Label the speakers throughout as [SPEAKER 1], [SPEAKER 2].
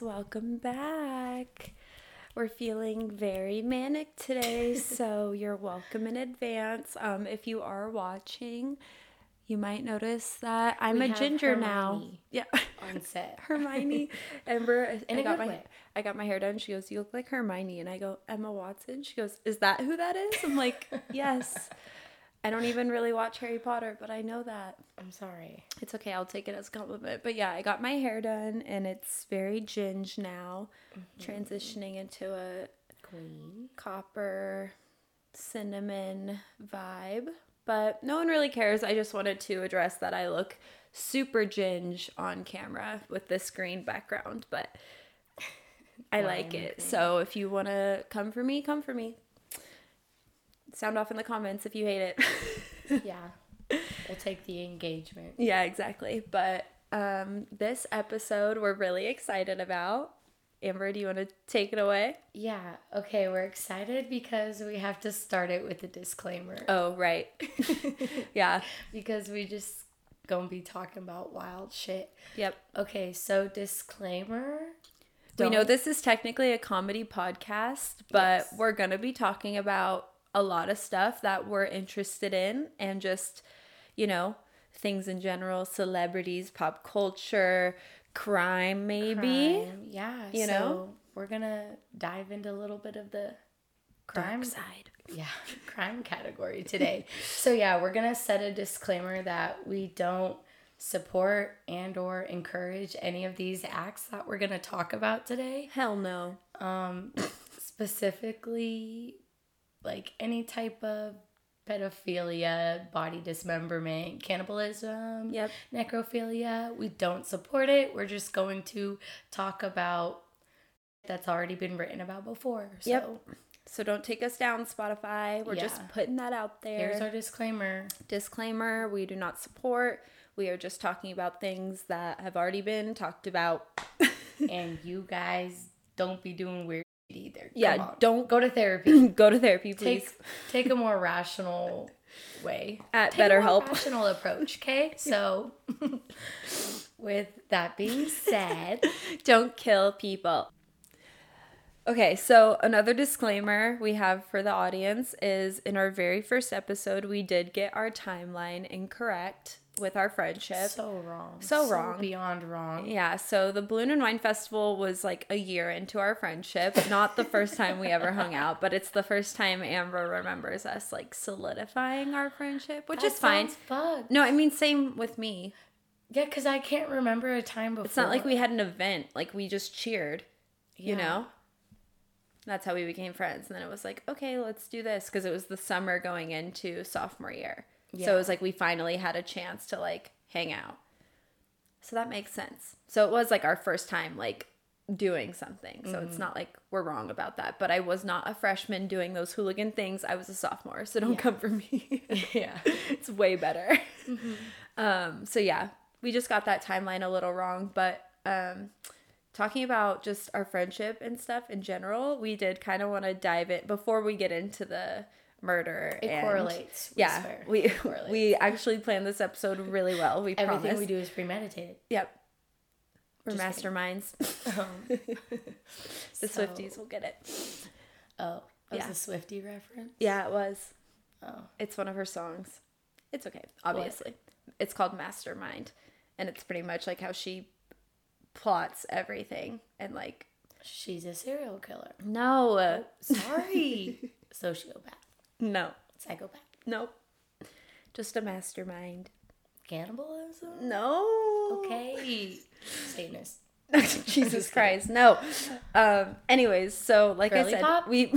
[SPEAKER 1] welcome back. We're feeling very manic today, so you're welcome in advance. Um, if you are watching, you might notice that I'm
[SPEAKER 2] We
[SPEAKER 1] a
[SPEAKER 2] have
[SPEAKER 1] ginger now.
[SPEAKER 2] Hermione.
[SPEAKER 1] Yeah,
[SPEAKER 2] on set.
[SPEAKER 1] Hermione. Amber, I-
[SPEAKER 2] In
[SPEAKER 1] I
[SPEAKER 2] a
[SPEAKER 1] got
[SPEAKER 2] good
[SPEAKER 1] my
[SPEAKER 2] way.
[SPEAKER 1] I got my hair done. She goes, "You look like Hermione," and I go, "Emma Watson." She goes, "Is that who that is?" I'm like, "Yes." I don't even really watch Harry Potter, but I know that.
[SPEAKER 2] I'm sorry.
[SPEAKER 1] It's okay, I'll take it as a compliment. But yeah, I got my hair done and it's very ginge now, transitioning into a
[SPEAKER 2] Queen.
[SPEAKER 1] copper cinnamon vibe. But no one really cares. I just wanted to address that I look super ginge on camera with this green background, but I like it. So if you want to come for me, come for me. Sound off in the comments if you hate it.
[SPEAKER 2] Yeah. We'll take the engagement.
[SPEAKER 1] Yeah, exactly. But um, this episode we're really excited about. Amber, do you want to take it away?
[SPEAKER 2] Yeah. Okay. We're excited because we have to start it with a disclaimer
[SPEAKER 1] Oh, right. yeah.
[SPEAKER 2] because we just gonna be talking about wild shit.
[SPEAKER 1] Yep.
[SPEAKER 2] Okay. So, disclaimer.
[SPEAKER 1] We know
[SPEAKER 2] Don't-
[SPEAKER 1] this is technically a comedy podcast, but
[SPEAKER 2] Yes.
[SPEAKER 1] we're going to be talking about a lot of stuff that we're interested in and just, you know, things in general, celebrities, pop culture, crime, maybe.
[SPEAKER 2] Crime. Yeah.
[SPEAKER 1] You
[SPEAKER 2] You
[SPEAKER 1] know?
[SPEAKER 2] know, we're gonna dive into a little bit of the crime
[SPEAKER 1] Dark side.
[SPEAKER 2] yeah crime category today so yeah we're gonna set a disclaimer that we don't support and or encourage any of these acts that we're gonna talk about today
[SPEAKER 1] Hell no.
[SPEAKER 2] um specifically like any type of pedophilia body dismemberment cannibalism
[SPEAKER 1] Yep.
[SPEAKER 2] necrophilia we don't support it we're just going to talk about that's already been written about before so
[SPEAKER 1] Yep. So don't take us down, Spotify. We're just
[SPEAKER 2] Yeah.
[SPEAKER 1] putting that out there.
[SPEAKER 2] here's our disclaimer
[SPEAKER 1] disclaimer we do not support we are just talking about things that have already been talked about
[SPEAKER 2] and you guys don't be doing weird shit either. Come
[SPEAKER 1] Yeah,
[SPEAKER 2] on.
[SPEAKER 1] don't-
[SPEAKER 2] go to therapy.
[SPEAKER 1] go to therapy please
[SPEAKER 2] take take a more rational way.
[SPEAKER 1] At
[SPEAKER 2] Take a more
[SPEAKER 1] BetterHelp.
[SPEAKER 2] rational approach. Okay, so with that being said,
[SPEAKER 1] don't kill people okay so another disclaimer we have for the audience is in our very first episode we did get our timeline incorrect with our friendship
[SPEAKER 2] so wrong,
[SPEAKER 1] So wrong.
[SPEAKER 2] beyond wrong.
[SPEAKER 1] Yeah, so the Balloon and Wine Festival was like a year into our friendship. Not the first time we ever hung out, but it's the first time Amber remembers us like solidifying our friendship, which is fine.
[SPEAKER 2] Fuck.
[SPEAKER 1] No, I mean same with me.
[SPEAKER 2] Yeah, because I can't remember a time before.
[SPEAKER 1] It's not like we had an event, like we just cheered, you
[SPEAKER 2] Yeah.
[SPEAKER 1] know? That's how we became friends. And then it was like, okay, let's do this because it was the summer going into sophomore year. So
[SPEAKER 2] Yeah.
[SPEAKER 1] it was like we finally had a chance to like hang out. So that makes sense. So it was like our first time like doing something. So
[SPEAKER 2] Mm-hmm.
[SPEAKER 1] it's not like we're wrong about that, but I was not a freshman doing those hooligan things. I was a sophomore, so don't come for me.
[SPEAKER 2] yeah. Mm-hmm.
[SPEAKER 1] it's way better. Um, so yeah, we just got that timeline a little wrong, but um, talking about just our friendship and stuff in general, we did kind of want to dive it before we get into the murder.
[SPEAKER 2] It
[SPEAKER 1] and-
[SPEAKER 2] correlates. we
[SPEAKER 1] Yeah,
[SPEAKER 2] swear.
[SPEAKER 1] we
[SPEAKER 2] It correlates.
[SPEAKER 1] we actually planned this episode really well. We
[SPEAKER 2] everything
[SPEAKER 1] promise.
[SPEAKER 2] we do is premeditated.
[SPEAKER 1] Yep. We're
[SPEAKER 2] Just kidding.
[SPEAKER 1] masterminds.
[SPEAKER 2] Um,
[SPEAKER 1] The
[SPEAKER 2] so-
[SPEAKER 1] Swifties will get it.
[SPEAKER 2] Oh, that
[SPEAKER 1] Yeah.
[SPEAKER 2] was a Swifty reference.
[SPEAKER 1] Yeah, it was.
[SPEAKER 2] Oh.
[SPEAKER 1] It's one of her songs. It's okay, obviously. It's called Mastermind. And it's pretty much like how she plots everything and like
[SPEAKER 2] She's a serial killer.
[SPEAKER 1] no,
[SPEAKER 2] Sorry. Sociopath.
[SPEAKER 1] no,
[SPEAKER 2] Psychopath.
[SPEAKER 1] nope. Just a mastermind.
[SPEAKER 2] Cannibalism?
[SPEAKER 1] No.
[SPEAKER 2] Okay. Satanist.
[SPEAKER 1] Jesus Christ. No. Um anyways, so like I
[SPEAKER 2] Girly
[SPEAKER 1] said,
[SPEAKER 2] pop?
[SPEAKER 1] we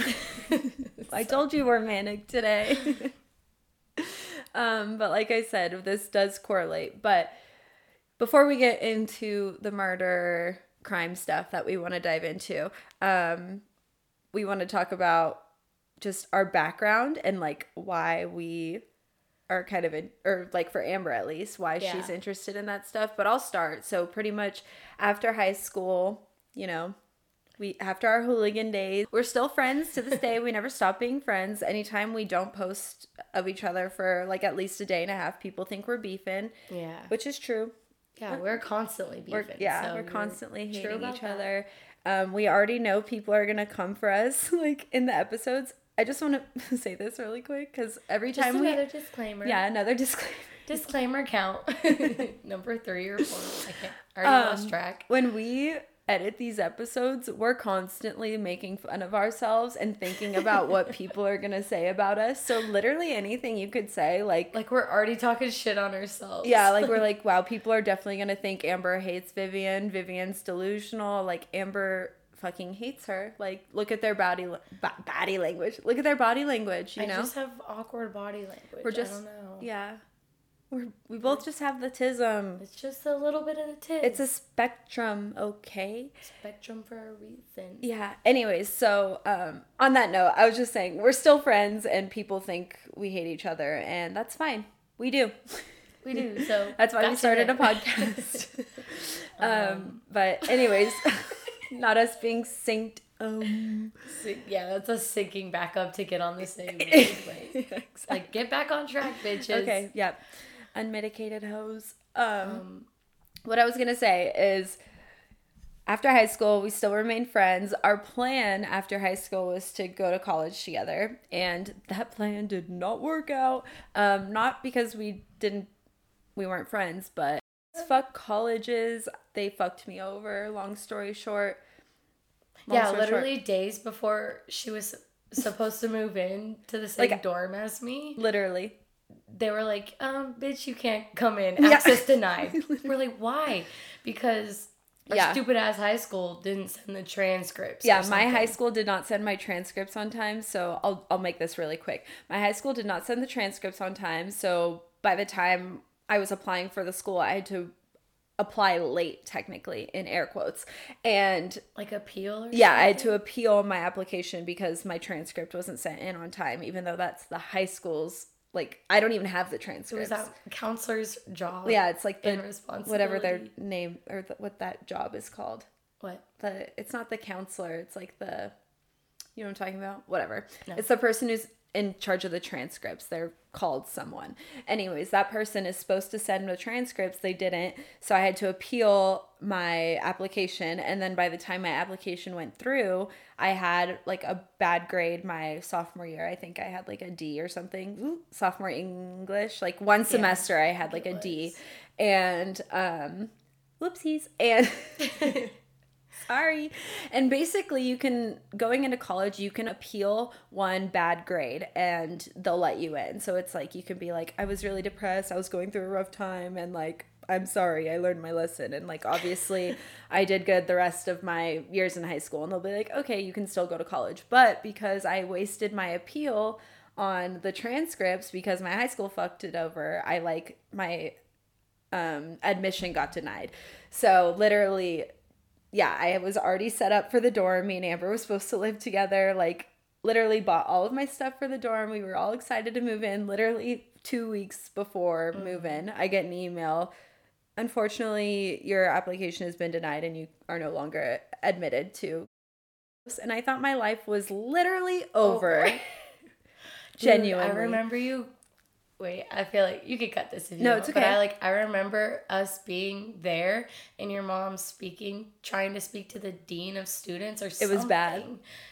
[SPEAKER 1] I told you we're manic today. um, but like I said, this does correlate. But before we get into the murder crime stuff that we want to dive into, um, we want to talk about just our background and like why we are kind of in, or like for Amber at least, why
[SPEAKER 2] Yeah.
[SPEAKER 1] she's interested in that stuff. But I'll start. So pretty much after high school, you know, we after our hooligan days, we're still friends to this day. we never stop being friends. Anytime we don't post of each other for like at least a day and a half, people think we're beefing,
[SPEAKER 2] Yeah.
[SPEAKER 1] which is true.
[SPEAKER 2] Yeah, we're constantly beefing.
[SPEAKER 1] We're, yeah,
[SPEAKER 2] so
[SPEAKER 1] we're
[SPEAKER 2] you're
[SPEAKER 1] constantly
[SPEAKER 2] true
[SPEAKER 1] hating
[SPEAKER 2] about
[SPEAKER 1] each
[SPEAKER 2] that.
[SPEAKER 1] other. Um, we already know people are gonna come for us like in the episodes. I just want to say this really quick because every
[SPEAKER 2] Just
[SPEAKER 1] time we
[SPEAKER 2] another disclaimer.
[SPEAKER 1] yeah another disclaimer.
[SPEAKER 2] Disclaimer count number three or four. I can't. I already
[SPEAKER 1] Um,
[SPEAKER 2] lost track.
[SPEAKER 1] When we edit these episodes, we're constantly making fun of ourselves and thinking about what people are gonna say about us. So literally anything you could say, like
[SPEAKER 2] Like we're already talking shit on ourselves.
[SPEAKER 1] Yeah, like we're like, wow, people are definitely gonna think Amber hates Vivian. Vivian's delusional. Like Amber fucking hates her. Like look at their body la- bo- body language. Look at their body language. You
[SPEAKER 2] I
[SPEAKER 1] know.
[SPEAKER 2] just have awkward body language.
[SPEAKER 1] We're just-
[SPEAKER 2] I don't know.
[SPEAKER 1] yeah. We're, we both just have the tism.
[SPEAKER 2] It's just a little bit of the tip.
[SPEAKER 1] It's a spectrum, okay?
[SPEAKER 2] spectrum for a reason.
[SPEAKER 1] Yeah. Anyways, so um, on that note, I was just saying we're still friends, and people think we hate each other, and that's fine. We do.
[SPEAKER 2] We do. So
[SPEAKER 1] That's why we
[SPEAKER 2] gotcha
[SPEAKER 1] started a
[SPEAKER 2] there.
[SPEAKER 1] podcast. um, but anyways, not us being synced. Um,
[SPEAKER 2] So, yeah, that's us syncing back up to get on the same wavelength.
[SPEAKER 1] exactly.
[SPEAKER 2] Like get back on track, bitches.
[SPEAKER 1] Okay. Yeah. Unmedicated hoes. Um,
[SPEAKER 2] Um,
[SPEAKER 1] what I was gonna say is, after high school, we still remained friends. Our plan after high school was to go to college together, and that plan did not work out. Um, not because we didn't, we weren't friends, but fuck colleges. They fucked me over. Long story short. Long
[SPEAKER 2] yeah,
[SPEAKER 1] story short.
[SPEAKER 2] literally days before she was supposed to move in to the same
[SPEAKER 1] Like-
[SPEAKER 2] dorm as me,
[SPEAKER 1] Literally.
[SPEAKER 2] they were like, um, "Bitch, you can't come in.
[SPEAKER 1] Yeah.
[SPEAKER 2] Access denied." we're like, "Why?" Because our
[SPEAKER 1] Yeah.
[SPEAKER 2] stupid ass high school didn't send the transcripts. or
[SPEAKER 1] Yeah, my high
[SPEAKER 2] something.
[SPEAKER 1] school did not send my transcripts on time, so I'll I'll make this really quick. My high school did not send the transcripts on time, so by the time I was applying for the school, I had to apply late technically in air quotes. And
[SPEAKER 2] like appeal. Or
[SPEAKER 1] yeah, I had to appeal my application because my transcript wasn't sent in on time, even though that's the high school's like I don't even have the
[SPEAKER 2] It was
[SPEAKER 1] transcripts.
[SPEAKER 2] that counselor's job.
[SPEAKER 1] yeah, it's like
[SPEAKER 2] and
[SPEAKER 1] the
[SPEAKER 2] responsibility.
[SPEAKER 1] whatever their name or the, what that job is called.
[SPEAKER 2] what
[SPEAKER 1] the it's not the counselor it's like the you know what i'm talking about whatever
[SPEAKER 2] No.
[SPEAKER 1] it's the person who's in charge of the transcripts they're called someone anyways that person is supposed to send the transcripts they didn't so i had to appeal my application and then by the time my application went through i had like a bad grade my sophomore year i think i had like a d or something Ooh, sophomore english like one semester i had like a
[SPEAKER 2] it
[SPEAKER 1] d and um whoopsies and sorry. And basically, you can going into college, you can appeal one bad grade, and they'll let you in. So it's like you can be like, I was really depressed. I was going through a rough time, and like. I'm sorry, I learned my lesson. And like, obviously, I did good the rest of my years in high school. And they'll be like, okay, you can still go to college. But because I wasted my appeal on the transcripts because my high school fucked it over, I like my um, admission got denied. So literally, yeah, I was already set up for the dorm. Me and Amber were supposed to live together. Like literally bought all of my stuff for the dorm. We were all excited to move in. Literally two weeks before
[SPEAKER 2] Mm-hmm.
[SPEAKER 1] move in, I get an email. Unfortunately, your application has been denied and you are no longer admitted to. And I thought my life was literally over.
[SPEAKER 2] Dude,
[SPEAKER 1] Genuinely.
[SPEAKER 2] Oh, I remember you. Wait, I feel like you could cut this if you
[SPEAKER 1] No,
[SPEAKER 2] want,
[SPEAKER 1] it's
[SPEAKER 2] But
[SPEAKER 1] okay.
[SPEAKER 2] I like I remember us being there and your mom speaking, trying to speak to the dean of students or
[SPEAKER 1] It
[SPEAKER 2] something.
[SPEAKER 1] was bad.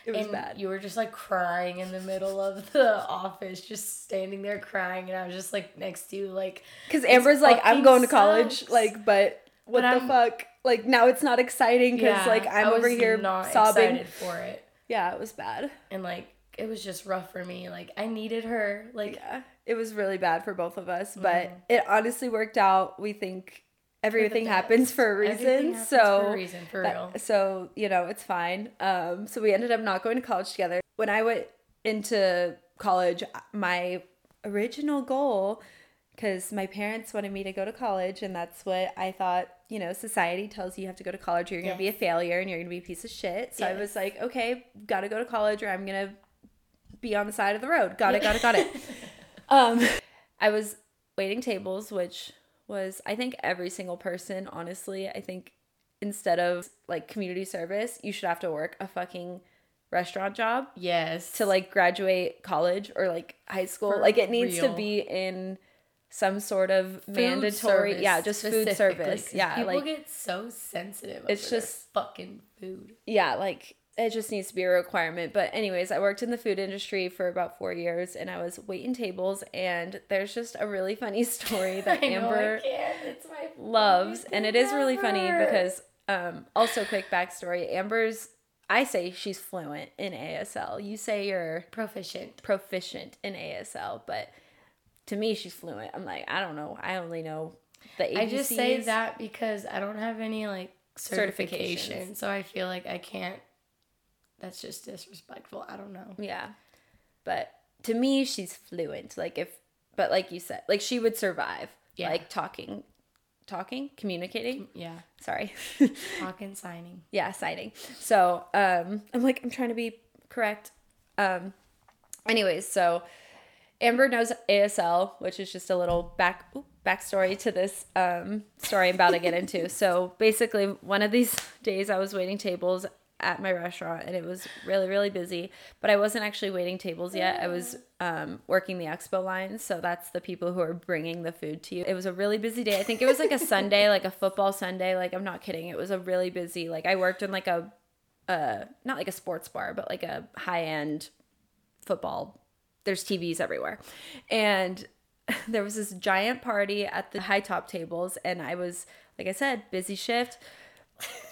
[SPEAKER 1] It was
[SPEAKER 2] and
[SPEAKER 1] bad.
[SPEAKER 2] You were just like crying in the middle of the office, just standing there crying, and I was just like next to you, like
[SPEAKER 1] Because Amber's like, I'm
[SPEAKER 2] fucking
[SPEAKER 1] going to college,
[SPEAKER 2] sucks.
[SPEAKER 1] like, but what
[SPEAKER 2] But
[SPEAKER 1] the
[SPEAKER 2] I'm-
[SPEAKER 1] fuck? Like now it's not exciting because
[SPEAKER 2] yeah,
[SPEAKER 1] like I'm
[SPEAKER 2] I
[SPEAKER 1] over
[SPEAKER 2] was
[SPEAKER 1] here
[SPEAKER 2] not
[SPEAKER 1] sobbing.
[SPEAKER 2] excited for it,
[SPEAKER 1] Yeah, it was bad.
[SPEAKER 2] and like it was just rough for me. Like I needed her, like Mm-hmm.
[SPEAKER 1] Yeah, it was really bad for both of us, but it honestly worked out. We think everything happens for a
[SPEAKER 2] everything
[SPEAKER 1] reason.
[SPEAKER 2] happens
[SPEAKER 1] so
[SPEAKER 2] for a reason for
[SPEAKER 1] that-
[SPEAKER 2] real.
[SPEAKER 1] so you know it's fine. Um, so we ended up not going to college together. When I went into college, my original goal, because my parents wanted me to go to college, and that's what I thought. You know, society tells you you have to go to college, or you're gonna be a failure, and you're gonna be a piece of shit. So I
[SPEAKER 2] Yes.
[SPEAKER 1] was like, okay, gotta go to college, or I'm gonna be on the side of the road. Got it, got it, got it. Um, I was waiting tables, which was, I think, every single person, honestly. I think instead of like community service, you should have to work a fucking restaurant job
[SPEAKER 2] yes,
[SPEAKER 1] to like graduate college or like high school.
[SPEAKER 2] For
[SPEAKER 1] like, it needs to
[SPEAKER 2] real.
[SPEAKER 1] be in some sort of
[SPEAKER 2] Food
[SPEAKER 1] mandatory, yeah,
[SPEAKER 2] service
[SPEAKER 1] just food
[SPEAKER 2] specifically, 'cause
[SPEAKER 1] service, yeah,
[SPEAKER 2] people
[SPEAKER 1] like
[SPEAKER 2] get so sensitive.
[SPEAKER 1] It's
[SPEAKER 2] It's just
[SPEAKER 1] just-
[SPEAKER 2] fucking food.
[SPEAKER 1] yeah, like it just needs to be a requirement. But anyways, I worked in the food industry for about four years, and I was waiting tables, and there's just a really funny story that
[SPEAKER 2] I know
[SPEAKER 1] Amber
[SPEAKER 2] I can't. It's my
[SPEAKER 1] loves
[SPEAKER 2] favorite
[SPEAKER 1] and it
[SPEAKER 2] thing
[SPEAKER 1] is really funny
[SPEAKER 2] ever.
[SPEAKER 1] because um also quick backstory amber's i say she's fluent in asl you say you're
[SPEAKER 2] proficient.
[SPEAKER 1] proficient in asl but to me she's fluent i'm like i don't know i only know the ABCs.
[SPEAKER 2] I just say that because I don't have any like certification,
[SPEAKER 1] Certifications.
[SPEAKER 2] so I feel like I can't. That's just disrespectful. I don't know.
[SPEAKER 1] yeah but to me she's fluent like if but like you said like she would survive
[SPEAKER 2] Yeah.
[SPEAKER 1] like talking talking communicating
[SPEAKER 2] Yeah,
[SPEAKER 1] sorry
[SPEAKER 2] talking signing.
[SPEAKER 1] yeah signing so um i'm like i'm trying to be correct um anyways so amber knows asl which is just a little back oop, backstory to this um story i'm about to get into so basically one of these days i was waiting tables at my restaurant and it was really really busy but i wasn't actually waiting tables yet i was um, working the expo line so that's the people who are bringing the food to you it was a really busy day i think it was like a sunday like a football sunday like i'm not kidding it was a really busy like i worked in like a uh not like a sports bar but like a high end football there's tvs everywhere and there was this giant party at the high top tables and i was like i said busy shift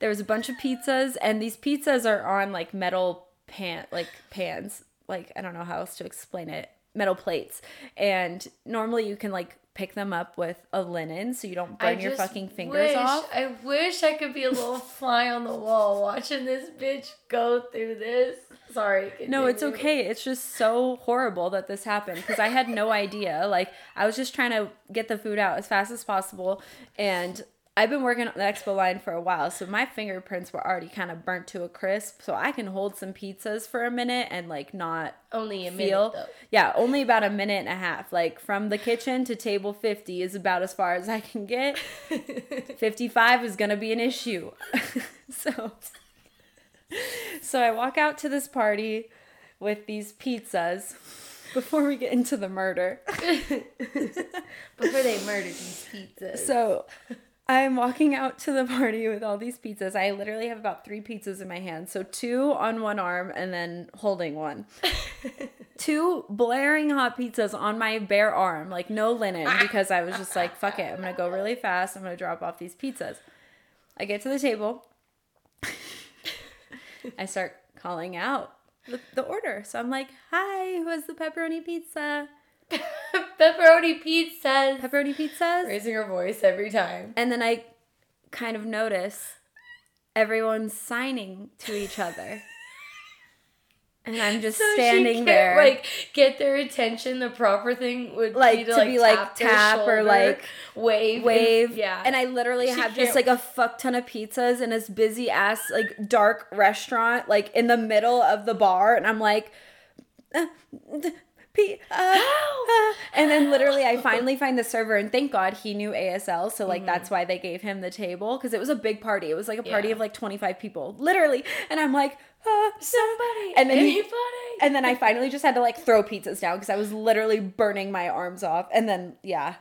[SPEAKER 1] there was a bunch of pizzas and these pizzas are on like metal pan like pans like i don't know how else to explain it metal plates and normally you can like pick them up with a linen so you don't burn your
[SPEAKER 2] just
[SPEAKER 1] fucking fingers
[SPEAKER 2] wish-
[SPEAKER 1] off
[SPEAKER 2] I wish I could be a little fly on the wall watching this bitch go through this. Sorry.
[SPEAKER 1] No, it's
[SPEAKER 2] continue.
[SPEAKER 1] okay. It's just so horrible that this happened because I had no idea. Like, I was just trying to get the food out as fast as possible. And I've been working on the expo line for a while. So my fingerprints were already kind of burnt to a crisp. So I can hold some pizzas for a minute and, like, not
[SPEAKER 2] Only a
[SPEAKER 1] feel.
[SPEAKER 2] minute though.
[SPEAKER 1] Yeah, only about a minute and a half. Like, from the kitchen to table 50 is about as far as I can get. 55 is going to be an issue. so so I walk out to this party with these pizzas before we get into the murder.
[SPEAKER 2] Before they murdered these pizzas.
[SPEAKER 1] So I'm walking out to the party with all these pizzas. I literally have about 3 pizzas in my hand. So two on one arm and then holding one. two blaring hot pizzas on my bare arm, like no linen because I was just like fuck it, I'm going to go really fast. I'm going to drop off these pizzas. I get to the table. I start calling out the, the order. So I'm like, "Hi, who has the pepperoni pizza?
[SPEAKER 2] pepperoni pizzas.
[SPEAKER 1] Pepperoni pizzas?"
[SPEAKER 2] Raising her voice every time.
[SPEAKER 1] And then I kind of notice everyone's signing to each other. And I'm just
[SPEAKER 2] So she
[SPEAKER 1] standing
[SPEAKER 2] can't,
[SPEAKER 1] there
[SPEAKER 2] Like get their attention. The proper thing would
[SPEAKER 1] Like,
[SPEAKER 2] be
[SPEAKER 1] to
[SPEAKER 2] to, like,
[SPEAKER 1] be, like,
[SPEAKER 2] tap, their
[SPEAKER 1] tap or,
[SPEAKER 2] shoulder,
[SPEAKER 1] like,
[SPEAKER 2] wave,
[SPEAKER 1] wave.
[SPEAKER 2] yeah.
[SPEAKER 1] And I literally
[SPEAKER 2] She
[SPEAKER 1] have just
[SPEAKER 2] can't-
[SPEAKER 1] like a fuck ton of pizzas in this busy ass like dark restaurant like in the middle of the bar and I'm like uh, d- pi- uh, uh. and then literally I finally find the server and thank God he knew ASL so like that's why they gave him the table cuz it was a big party. It was like a party
[SPEAKER 2] Mm-hmm. Yeah.
[SPEAKER 1] of like 25 people. Literally. And I'm like uh,
[SPEAKER 2] somebody,
[SPEAKER 1] And then he-
[SPEAKER 2] anybody.
[SPEAKER 1] and then I finally just had to like throw pizzas down because I was literally burning my arms off. And then yeah,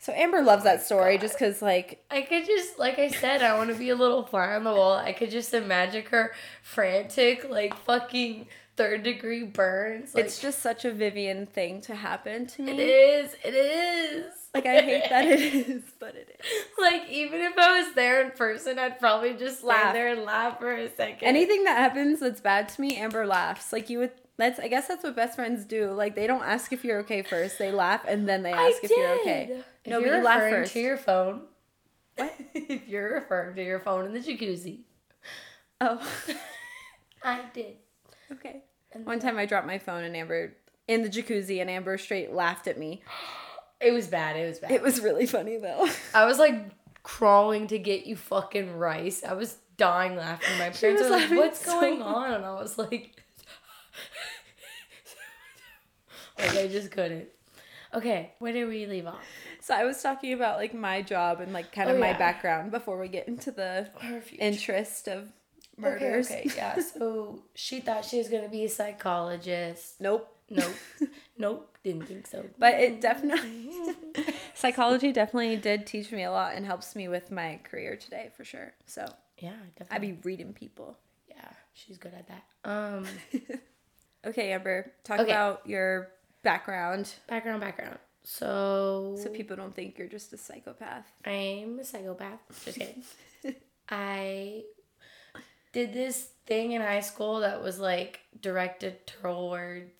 [SPEAKER 1] so Amber loves
[SPEAKER 2] Oh
[SPEAKER 1] that story just because like
[SPEAKER 2] I could just, like I said, I want to be a little fly on the wall. I could just imagine her frantic, like fucking third degree burns. Like,
[SPEAKER 1] it's just such a Vivian thing to happen to
[SPEAKER 2] it
[SPEAKER 1] me.
[SPEAKER 2] is, it is.
[SPEAKER 1] Like I hate that it is, but it is.
[SPEAKER 2] like even if I was there in person, I'd probably just
[SPEAKER 1] Laugh.
[SPEAKER 2] stand there and laugh for a second.
[SPEAKER 1] Anything that happens that's bad to me, Amber laughs. Like you would. That's I guess that's what best friends do. Like they don't ask if you're okay first. They laugh and then they
[SPEAKER 2] I
[SPEAKER 1] ask if you're
[SPEAKER 2] did.
[SPEAKER 1] okay.
[SPEAKER 2] If
[SPEAKER 1] No, but
[SPEAKER 2] you're
[SPEAKER 1] you laugh
[SPEAKER 2] referring
[SPEAKER 1] first.
[SPEAKER 2] to your phone.
[SPEAKER 1] What?
[SPEAKER 2] if you're referring to your phone in the jacuzzi.
[SPEAKER 1] Oh,
[SPEAKER 2] I did.
[SPEAKER 1] okay.
[SPEAKER 2] And
[SPEAKER 1] One time I dropped my phone and Amber in the jacuzzi and Amber straight laughed at me.
[SPEAKER 2] It was bad. It was bad.
[SPEAKER 1] It was really funny though.
[SPEAKER 2] I was like crawling to get you fucking rice. I was dying laughing. My parents
[SPEAKER 1] was
[SPEAKER 2] were like,
[SPEAKER 1] laughing
[SPEAKER 2] "What's
[SPEAKER 1] so
[SPEAKER 2] going
[SPEAKER 1] hard.
[SPEAKER 2] on?" And I was like, like I just couldn't. Okay, where did we leave off?
[SPEAKER 1] So I was talking about like my job and like kind of
[SPEAKER 2] Oh,
[SPEAKER 1] my
[SPEAKER 2] yeah.
[SPEAKER 1] background before we get into the interest of murders.
[SPEAKER 2] Okay, okay, yeah. So she thought she was gonna be a psychologist.
[SPEAKER 1] Nope.
[SPEAKER 2] Nope. nope. Didn't think so.
[SPEAKER 1] But it definitely, psychology definitely did teach me a lot and helps me with my career today for sure. So
[SPEAKER 2] Yeah,
[SPEAKER 1] I'd
[SPEAKER 2] definitely.
[SPEAKER 1] be reading people.
[SPEAKER 2] yeah, she's good at that. Um,
[SPEAKER 1] Okay, Amber, talk
[SPEAKER 2] Okay.
[SPEAKER 1] about your background
[SPEAKER 2] background, background. So,
[SPEAKER 1] so people don't think you're just a psychopath.
[SPEAKER 2] I'm a psychopath. Just kidding. I did this thing in high school that was like directed towards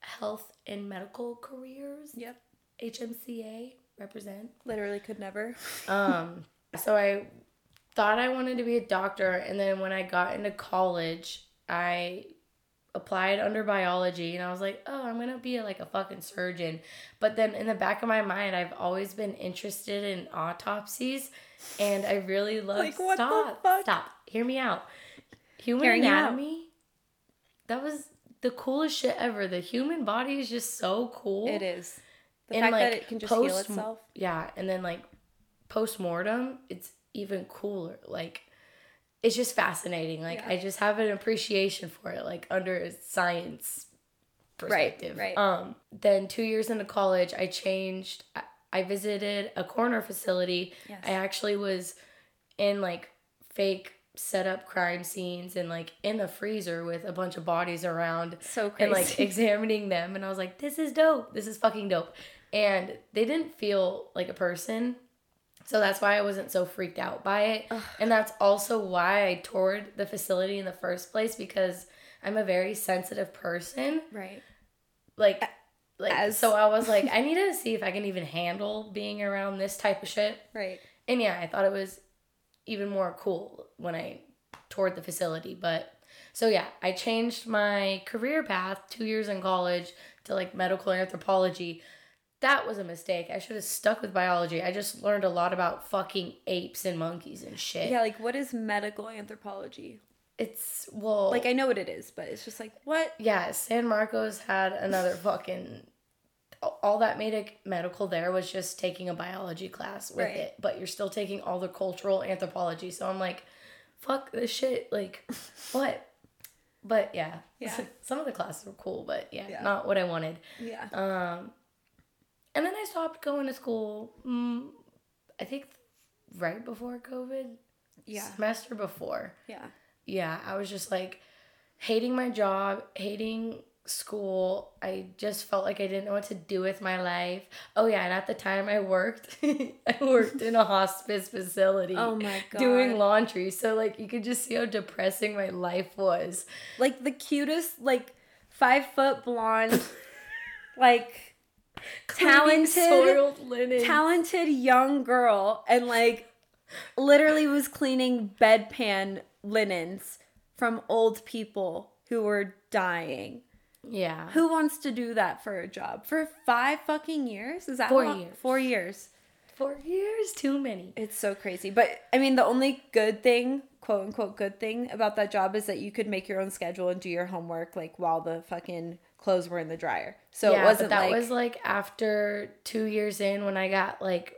[SPEAKER 2] health and medical careers.
[SPEAKER 1] Yep.
[SPEAKER 2] HMCA represent.
[SPEAKER 1] Literally could never.
[SPEAKER 2] Um, so I thought I wanted to be a doctor, and then when I got into college, I applied under biology, and I was like, oh, I'm gonna be like a fucking surgeon. But then in the back of my mind, I've always been interested in autopsies, and I really love
[SPEAKER 1] Like, what the
[SPEAKER 2] stop,
[SPEAKER 1] fuck?
[SPEAKER 2] stop, hear me out. Human
[SPEAKER 1] Hearing you out.
[SPEAKER 2] anatomy. That was the coolest shit ever. The human body is just so cool
[SPEAKER 1] It is. The
[SPEAKER 2] And,
[SPEAKER 1] fact that
[SPEAKER 2] like,
[SPEAKER 1] it can just heal
[SPEAKER 2] post-
[SPEAKER 1] itself.
[SPEAKER 2] yeah and then like post-mortem it's even cooler like it's just fascinating like
[SPEAKER 1] Yeah.
[SPEAKER 2] i just have an appreciation for it like under a science perspective
[SPEAKER 1] right.
[SPEAKER 2] um then two years into college i changed i, I visited a coroner facility
[SPEAKER 1] Yes.
[SPEAKER 2] i actually was in like fake set up crime scenes and like in a freezer with a bunch of bodies around
[SPEAKER 1] So crazy.
[SPEAKER 2] and like examining them and I was like this is dope this is fucking dope and they didn't feel like a person so that's why I wasn't so freaked out by it and that's also why I toured the facility in the first place because I'm a very sensitive person
[SPEAKER 1] right.
[SPEAKER 2] like like
[SPEAKER 1] as-
[SPEAKER 2] so I was like I need to see if I can even handle being around this type of shit
[SPEAKER 1] Right.
[SPEAKER 2] and yeah, I thought it was even more cool when I toured the facility. But so yeah, I changed my career path two years in college to like medical anthropology. That was a mistake. I should have stuck with biology. I just learned a lot about fucking apes and monkeys and shit.
[SPEAKER 1] Yeah, like what is medical anthropology?
[SPEAKER 2] It's well
[SPEAKER 1] Like I know what it is, but it's just like what?
[SPEAKER 2] yeah, San Marcos had another fucking. All that made it medical there was just taking a biology class with
[SPEAKER 1] Right.
[SPEAKER 2] it, but you're still taking all the cultural anthropology. So I'm like, fuck this shit. Like, what? But yeah,
[SPEAKER 1] Yeah.
[SPEAKER 2] some of the classes were cool, but yeah,
[SPEAKER 1] Yeah.
[SPEAKER 2] not what I wanted.
[SPEAKER 1] Yeah.
[SPEAKER 2] Um, and then I stopped going to school. Mm, I think right before COVID,
[SPEAKER 1] Yeah.
[SPEAKER 2] semester before
[SPEAKER 1] Yeah.
[SPEAKER 2] yeah, I was just like hating my job, hating school. I just felt like I didn't know what to do with my life. Oh yeah, and at the time I worked I worked in a hospice facility.
[SPEAKER 1] Oh my god.
[SPEAKER 2] Doing laundry, so like you could just see how depressing my life was.
[SPEAKER 1] like the cutest, like five foot blonde, like
[SPEAKER 2] Cleaning
[SPEAKER 1] Talented-
[SPEAKER 2] soiled linen.
[SPEAKER 1] talented young girl, and like literally was cleaning bedpan linens from old people who were dying.
[SPEAKER 2] yeah,
[SPEAKER 1] Who wants to do that for a job for five fucking years? Is that
[SPEAKER 2] Four
[SPEAKER 1] how long-
[SPEAKER 2] years.
[SPEAKER 1] Four years.
[SPEAKER 2] four years too many.
[SPEAKER 1] It's so crazy. But I mean, the only good thing, quote unquote, good thing about that job is that you could make your own schedule and do your homework like while the fucking clothes were in the dryer. So
[SPEAKER 2] yeah,
[SPEAKER 1] it wasn't
[SPEAKER 2] but that
[SPEAKER 1] like,
[SPEAKER 2] was like after two years in when I got like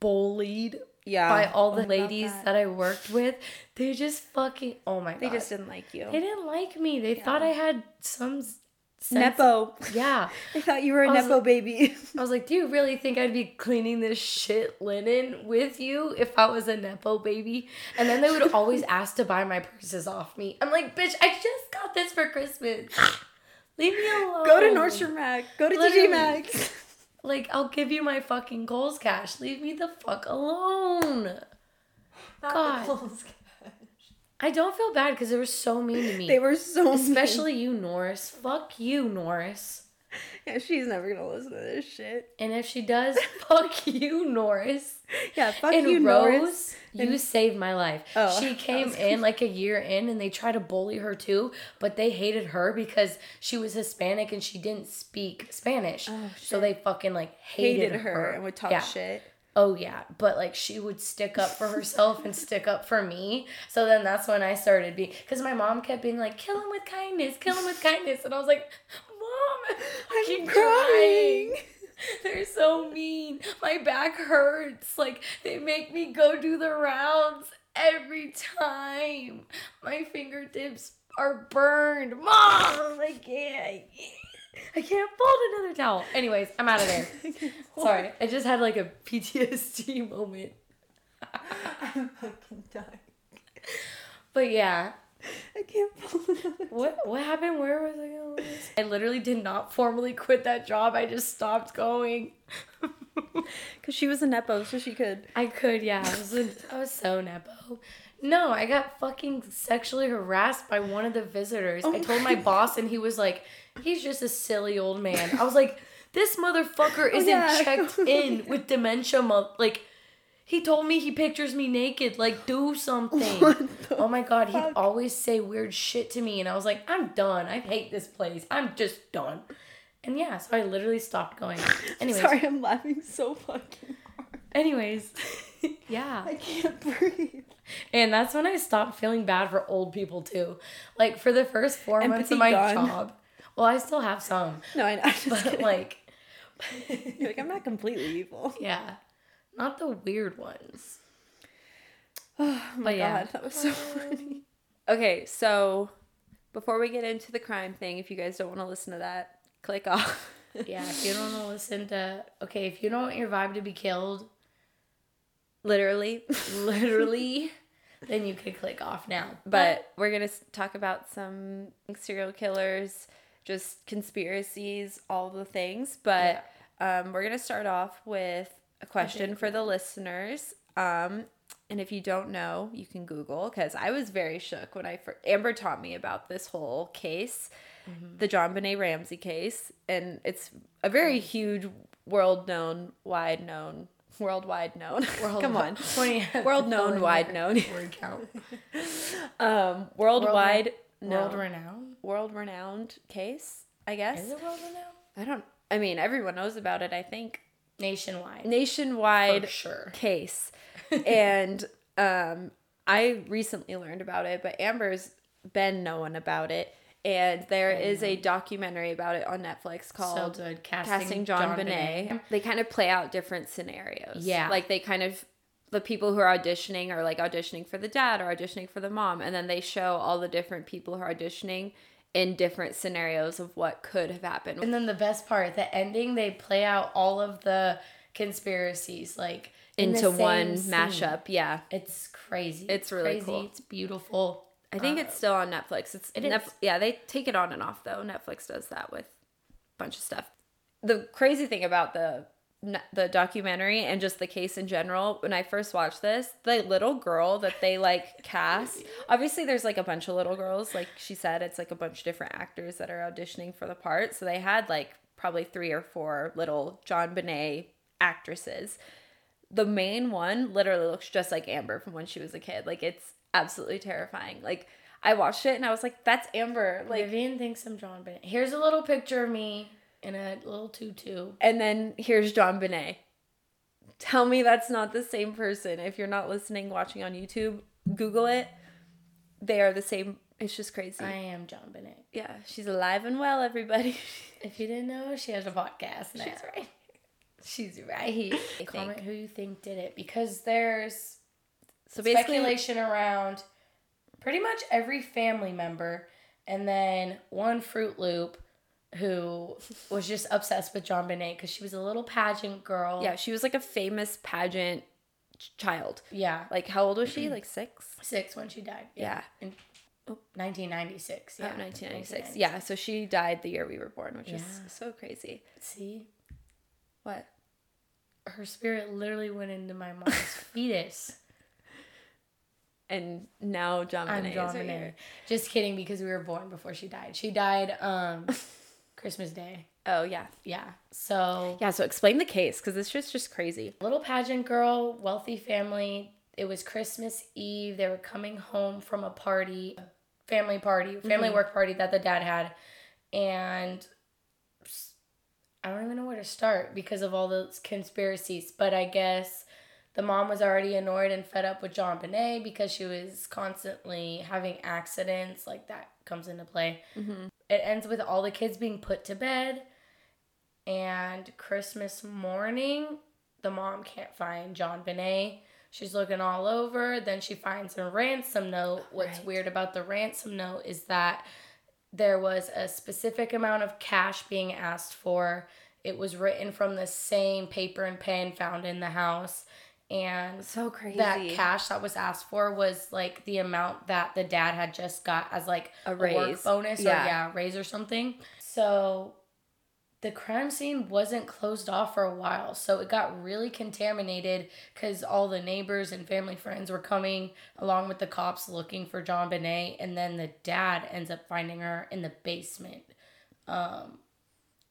[SPEAKER 2] bullied
[SPEAKER 1] yeah,
[SPEAKER 2] by all the
[SPEAKER 1] about
[SPEAKER 2] ladies
[SPEAKER 1] Oh, that.
[SPEAKER 2] that. I worked with. They just fucking oh my
[SPEAKER 1] They
[SPEAKER 2] god.
[SPEAKER 1] just didn't like you.
[SPEAKER 2] they didn't like me. They thought I had some s- sense.
[SPEAKER 1] Nepo.
[SPEAKER 2] Yeah.
[SPEAKER 1] They thought you were a
[SPEAKER 2] was-
[SPEAKER 1] Nepo baby.
[SPEAKER 2] I was like, do you really think I'd be cleaning this shit linen with you if I was a Nepo baby? And then they would always ask to buy my purses off me. I'm like, bitch, I just got this for Christmas. Leave me alone.
[SPEAKER 1] Go to Nordstrom Rack. Go to TJ
[SPEAKER 2] "Oh." Literally.
[SPEAKER 1] Maxx.
[SPEAKER 2] Like, I'll give you my fucking Kohl's cash. Leave me the fuck alone. God. I don't feel bad because they were so mean to me.
[SPEAKER 1] They were so special.
[SPEAKER 2] Especially you, Norris. Fuck you, Norris.
[SPEAKER 1] Yeah, she's never gonna listen to this shit.
[SPEAKER 2] And if she does, fuck you, Norris.
[SPEAKER 1] Yeah, fuck
[SPEAKER 2] and
[SPEAKER 1] you,
[SPEAKER 2] Rose,
[SPEAKER 1] Norris.
[SPEAKER 2] you saved my life.
[SPEAKER 1] Oh,
[SPEAKER 2] she
[SPEAKER 1] that
[SPEAKER 2] came
[SPEAKER 1] was-
[SPEAKER 2] in like a year in and they tried to bully her too, but they hated her because she was Hispanic and she didn't speak Spanish.
[SPEAKER 1] Oh,
[SPEAKER 2] So
[SPEAKER 1] shit.
[SPEAKER 2] they fucking like hated,
[SPEAKER 1] Hated her, and would talk
[SPEAKER 2] Yeah.
[SPEAKER 1] shit.
[SPEAKER 2] Oh yeah, but like she would stick up for herself and stick up for me. So then that's when I started being because my mom kept being like, "Kill him with kindness, kill him with kindness," and I was like, "Mom, I keep crying. They're so mean. My back hurts. Like they make me go do the rounds every time. My fingertips are burned. Mom, I can't. I can't fold another towel. Anyways, I'm out of there. Sorry, I just had like a PTSD moment.
[SPEAKER 1] I'm fucking dying.
[SPEAKER 2] But yeah,
[SPEAKER 1] I can't pull another.
[SPEAKER 2] what what happened? Where was I going? with this? I literally did not formally quit that job. I just stopped going.
[SPEAKER 1] Because she was a nepo, so she could.
[SPEAKER 2] I could, yeah. I was, I was so nepo. No, I got fucking sexually harassed by one of the visitors.
[SPEAKER 1] Oh
[SPEAKER 2] I told my boss, and he was like, "He's just a silly old man." I was like, "This motherfucker isn't
[SPEAKER 1] Oh, yeah.
[SPEAKER 2] checked in with dementia." Mo- like, he told me he pictures me naked. Like, do something. oh my god, he'd always say weird shit to me, and I was like, "I'm done. I hate this place. I'm just done." And yeah, so I literally stopped going. Anyways,
[SPEAKER 1] Sorry, I'm laughing so fucking hard.
[SPEAKER 2] anyways, yeah.
[SPEAKER 1] I can't breathe.
[SPEAKER 2] And that's when I stopped feeling bad for old people too. Like for the first four months
[SPEAKER 1] Empathy
[SPEAKER 2] of my
[SPEAKER 1] gone.
[SPEAKER 2] job. Well, I still have some,
[SPEAKER 1] No, I know. I'm just
[SPEAKER 2] but
[SPEAKER 1] kidding.
[SPEAKER 2] like,
[SPEAKER 1] You're like, I'm not completely evil.
[SPEAKER 2] yeah, not the weird ones.
[SPEAKER 1] Oh my
[SPEAKER 2] But yeah.
[SPEAKER 1] god, that was so funny. Okay, so before we get into the crime thing, if you guys don't want to listen to that, click off.
[SPEAKER 2] Yeah, if you don't want to listen to, okay, if you don't want your vibe to be killed,
[SPEAKER 1] Literally.
[SPEAKER 2] literally, then you could click off now.
[SPEAKER 1] But we're going to talk about some serial killers, just conspiracies, all the things. But um, we're going to start off with a question for the listeners. Um, and if you don't know, you can Google because I was very shook when I first. Amber taught me about this whole case, the John Benet Ramsey case. And it's a very huge, world known, wide known, worldwide known. Come on.
[SPEAKER 2] 20,
[SPEAKER 1] World known, wide known.
[SPEAKER 2] Word count.
[SPEAKER 1] Um, worldwide known.
[SPEAKER 2] World renowned.
[SPEAKER 1] world renowned case, I guess.
[SPEAKER 2] Is it world renowned?
[SPEAKER 1] I don't I mean everyone knows about it, I think.
[SPEAKER 2] Nationwide.
[SPEAKER 1] Nationwide
[SPEAKER 2] For sure.
[SPEAKER 1] case. and um I recently learned about it, but Amber's been knowing about it. And there is a documentary about it on Netflix
[SPEAKER 2] So
[SPEAKER 1] called
[SPEAKER 2] good. Casting,
[SPEAKER 1] Casting John, Bonet. They kind of play out different scenarios.
[SPEAKER 2] Yeah.
[SPEAKER 1] Like they kind of the people who are auditioning are like auditioning for the dad or auditioning for the mom. And then they show all the different people who are auditioning in different scenarios of what could have happened.
[SPEAKER 2] And then the best part, the ending, they play out all of the conspiracies like in the
[SPEAKER 1] into
[SPEAKER 2] same
[SPEAKER 1] one
[SPEAKER 2] scene.
[SPEAKER 1] mashup. Yeah.
[SPEAKER 2] It's crazy.
[SPEAKER 1] It's really cool.
[SPEAKER 2] It's beautiful.
[SPEAKER 1] I think it's still on Netflix. It's
[SPEAKER 2] Uh, it
[SPEAKER 1] Netf-
[SPEAKER 2] is.
[SPEAKER 1] yeah, they take it on and off though. Netflix does that with a bunch of stuff. The crazy thing about the the documentary and just the case in general, when I first watched this, the little girl that they like cast, obviously there's like a bunch of little girls, like she said, it's like a bunch of different actors that are auditioning for the part. So they had like probably three or four little John Bonet actresses the main one literally looks just like Amber from when she was a kid. Like it's absolutely terrifying. Like I watched it and I was like, that's Amber. Like
[SPEAKER 2] Vivian thinks I'm John Bennett. Here's a little picture of me in a little tutu.
[SPEAKER 1] and then here's John Bonet. Tell me that's not the same person. If you're not listening, watching on YouTube, Google it. They are the same. It's just crazy.
[SPEAKER 2] I am John Bennett.
[SPEAKER 1] yeah, she's alive and well, everybody.
[SPEAKER 2] If you didn't know, she has a podcast now.
[SPEAKER 1] she's right.
[SPEAKER 2] She's right. here.
[SPEAKER 1] I
[SPEAKER 2] Comment
[SPEAKER 1] think.
[SPEAKER 2] who you think did it because there's
[SPEAKER 1] So basically,
[SPEAKER 2] speculation around pretty much every family member and then one fruit loop who was just obsessed with john bonet because she was a little pageant girl
[SPEAKER 1] yeah, she was like a famous pageant ch- child.
[SPEAKER 2] yeah
[SPEAKER 1] Like how old was she?
[SPEAKER 2] Mm-hmm.
[SPEAKER 1] Like six.
[SPEAKER 2] six when she died
[SPEAKER 1] Yeah. Oh,
[SPEAKER 2] in 1996 yeah
[SPEAKER 1] Yeah, 1996. Yeah, so she died the year we were born, which is
[SPEAKER 2] Yeah.
[SPEAKER 1] so crazy.
[SPEAKER 2] see
[SPEAKER 1] What?
[SPEAKER 2] her spirit literally went into my mom's fetus
[SPEAKER 1] And now John
[SPEAKER 2] i'm
[SPEAKER 1] Bonet
[SPEAKER 2] john
[SPEAKER 1] is right
[SPEAKER 2] bonet
[SPEAKER 1] here.
[SPEAKER 2] just kidding because we were born before she died she died um christmas day
[SPEAKER 1] Oh, yeah.
[SPEAKER 2] yeah so
[SPEAKER 1] Yeah, so explain the case because this shit's just crazy.
[SPEAKER 2] little pageant girl, wealthy family. It was Christmas Eve. They were coming home from a party, family party, family work party that the dad had. And I don't even know where to start because of all those conspiracies. But I guess the mom was already annoyed and fed up with John Bonet because she was constantly having accidents. Like that comes into play.
[SPEAKER 1] Mm-hmm.
[SPEAKER 2] It ends with all the kids being put to bed. And Christmas morning, the mom can't find John Bonet. She's looking all over. Then she finds a ransom note. What's
[SPEAKER 1] Right.
[SPEAKER 2] weird about the ransom note is that there was a specific amount of cash being asked for. It was written from the same paper and pen found in the house. And
[SPEAKER 1] So crazy.
[SPEAKER 2] that cash that was asked for was like the amount that the dad had just got as like
[SPEAKER 1] A
[SPEAKER 2] work
[SPEAKER 1] raise.
[SPEAKER 2] bonus or
[SPEAKER 1] Yeah.
[SPEAKER 2] yeah, raise or something. So the crime scene wasn't closed off for a while. So it got really contaminated because all the neighbors and family friends were coming along with the cops looking for John Benet. And then the dad ends up finding her in the basement. Um,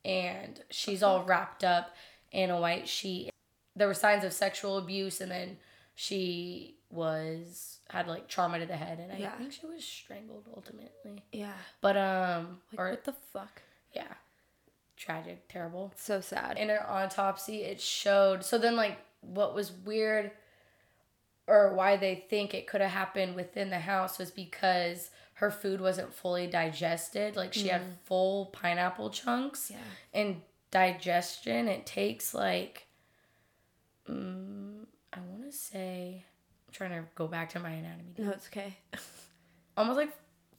[SPEAKER 2] and she's all wrapped up in a white sheet. There were signs of sexual abuse, and then she was had like trauma to the head, and I
[SPEAKER 1] Yeah.
[SPEAKER 2] think she was strangled ultimately.
[SPEAKER 1] Yeah.
[SPEAKER 2] But um,
[SPEAKER 1] Like,
[SPEAKER 2] or
[SPEAKER 1] what the fuck?
[SPEAKER 2] yeah, tragic, terrible.
[SPEAKER 1] So sad.
[SPEAKER 2] In her autopsy, it showed. So then, like, what was weird, or why they think it could have happened within the house, was because her food wasn't fully digested. Like, she had full pineapple chunks
[SPEAKER 1] yeah.
[SPEAKER 2] and digestion it takes like mm, i want to say i'm trying to go back to my anatomy
[SPEAKER 1] No, it's okay.
[SPEAKER 2] almost like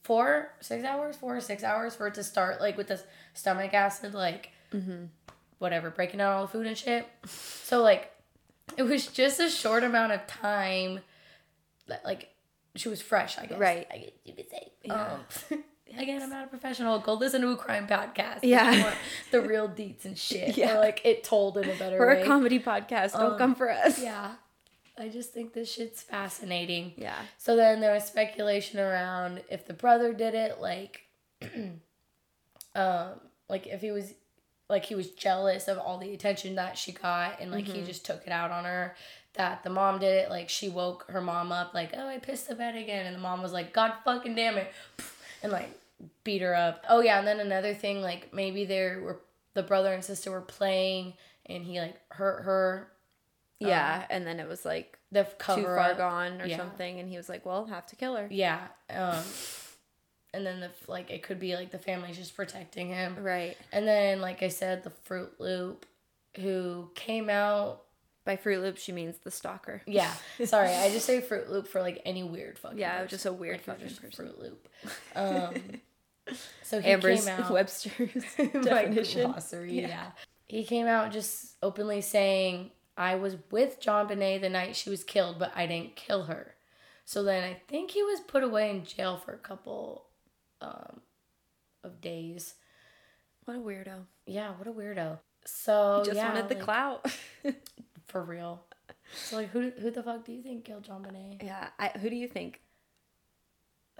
[SPEAKER 2] four six hours four or six hours for it to start like with this stomach acid like
[SPEAKER 1] Mm-hmm.
[SPEAKER 2] whatever breaking down all the food and shit so like it was just a short amount of time that like she was fresh i guess
[SPEAKER 1] Right.
[SPEAKER 2] i guess you could say
[SPEAKER 1] Yeah.
[SPEAKER 2] um Again, I'm not a professional. Go listen to a crime podcast. if
[SPEAKER 1] Yeah.
[SPEAKER 2] you want the real deets and shit.
[SPEAKER 1] Yeah.
[SPEAKER 2] Or like it told in a better
[SPEAKER 1] We're
[SPEAKER 2] way.
[SPEAKER 1] a comedy podcast. Don't
[SPEAKER 2] Um,
[SPEAKER 1] come for us.
[SPEAKER 2] yeah. I just think this shit's fascinating.
[SPEAKER 1] Yeah.
[SPEAKER 2] So then there was speculation around if the brother did it, like, um, like if he was, like he was jealous of all the attention that she got, and like
[SPEAKER 1] Mm-hmm.
[SPEAKER 2] he just took it out on her. That the mom did it, like she woke her mom up, like, oh, I pissed the bed again, and the mom was like, God fucking damn it, and like beat her up. Oh yeah, and then another thing, like maybe they were the brother and sister were playing, and he like hurt her. Um,
[SPEAKER 1] Yeah. And then it was like
[SPEAKER 2] The cover
[SPEAKER 1] too far
[SPEAKER 2] up.
[SPEAKER 1] gone or
[SPEAKER 2] Yeah.
[SPEAKER 1] something. And he was like, well, have to kill her.
[SPEAKER 2] Yeah. Um, and then the f- like it could be like the family's just protecting him.
[SPEAKER 1] Right.
[SPEAKER 2] And then like I said, the Fruit Loop, who came out.
[SPEAKER 1] By Fruit Loop, she means the stalker.
[SPEAKER 2] Yeah. Sorry, I just say Fruit Loop for like any weird fucking.
[SPEAKER 1] Yeah,
[SPEAKER 2] person.
[SPEAKER 1] just a weird
[SPEAKER 2] Like,
[SPEAKER 1] fucking
[SPEAKER 2] just
[SPEAKER 1] person.
[SPEAKER 2] Fruit Loop. Um, so he
[SPEAKER 1] Amber's
[SPEAKER 2] came out.
[SPEAKER 1] Webster's
[SPEAKER 2] my
[SPEAKER 1] definition.
[SPEAKER 2] glossary,
[SPEAKER 1] Yeah.
[SPEAKER 2] yeah. He came out just openly saying, I was with John Bonet the night she was killed, but I didn't kill her. So then I think he was put away in jail for a couple um, of days.
[SPEAKER 1] What a weirdo.
[SPEAKER 2] Yeah, what a weirdo. So
[SPEAKER 1] Just
[SPEAKER 2] yeah,
[SPEAKER 1] wanted the
[SPEAKER 2] like,
[SPEAKER 1] clout.
[SPEAKER 2] for real. So like, who who the fuck do you think killed John Bonet?
[SPEAKER 1] yeah. I, who do you think?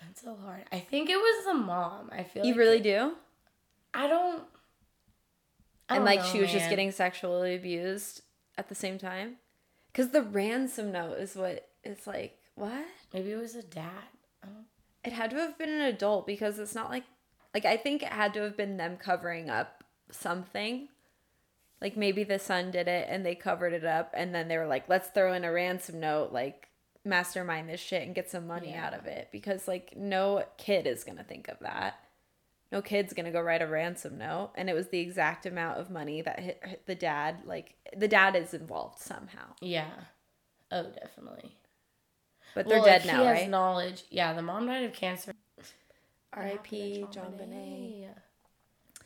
[SPEAKER 2] That's so hard. I think it was the mom. I feel
[SPEAKER 1] You
[SPEAKER 2] like-
[SPEAKER 1] really do?
[SPEAKER 2] I don't. I
[SPEAKER 1] and
[SPEAKER 2] don't
[SPEAKER 1] like
[SPEAKER 2] know,
[SPEAKER 1] she was just
[SPEAKER 2] man.
[SPEAKER 1] getting sexually abused at the same time because the ransom note is what it's like what
[SPEAKER 2] Maybe it was a dad. I don't
[SPEAKER 1] it had to have been an adult because it's not like like i think it had to have been them covering up something like maybe the son did it and they covered it up and then they were like let's throw in a ransom note like mastermind this shit and get some money
[SPEAKER 2] Yeah.
[SPEAKER 1] out of it because like no kid is gonna think of that no kid's gonna go write a ransom note and it was the exact amount of money that hit, hit the dad like the dad is involved somehow
[SPEAKER 2] Yeah. Oh, definitely.
[SPEAKER 1] but they're
[SPEAKER 2] Well,
[SPEAKER 1] dead
[SPEAKER 2] if
[SPEAKER 1] now
[SPEAKER 2] He has
[SPEAKER 1] right
[SPEAKER 2] knowledge. Yeah, the mom died of cancer.
[SPEAKER 1] rip john bonet
[SPEAKER 2] Bonet.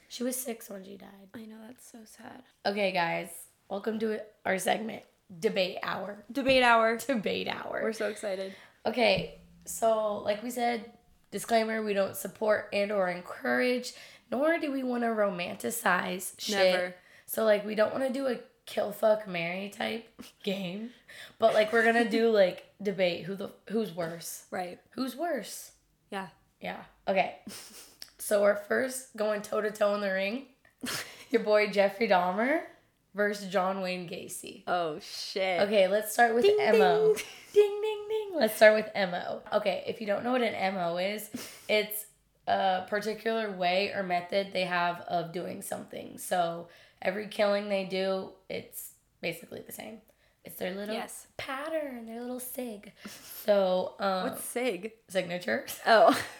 [SPEAKER 2] She was six when she died.
[SPEAKER 1] i know that's so sad
[SPEAKER 2] Okay, guys, welcome to our segment, debate hour.
[SPEAKER 1] debate hour
[SPEAKER 2] Debate hour.
[SPEAKER 1] We're so excited.
[SPEAKER 2] Okay, so like we said, disclaimer: we don't support and or encourage, nor do we want to romanticize shit.
[SPEAKER 1] Never.
[SPEAKER 2] So like we don't want to do a kill fuck Mary type game, but like we're gonna do like debate who the who's worse.
[SPEAKER 1] Right.
[SPEAKER 2] Who's worse?
[SPEAKER 1] Yeah.
[SPEAKER 2] Yeah. Okay. so we're first going toe to toe in the ring. Your boy Jeffrey Dahmer versus John Wayne Gacy.
[SPEAKER 1] Oh shit.
[SPEAKER 2] Okay, let's start with
[SPEAKER 1] Ding,
[SPEAKER 2] MO. Ding. ding ding Let's start with MO. Okay, if you don't know what an MO is, it's a particular way or method they have of doing something. So every killing they do, it's basically the same. It's their little
[SPEAKER 1] Yes.
[SPEAKER 2] pattern, their little sig. So um,
[SPEAKER 1] What's sig?
[SPEAKER 2] signature.
[SPEAKER 1] Oh.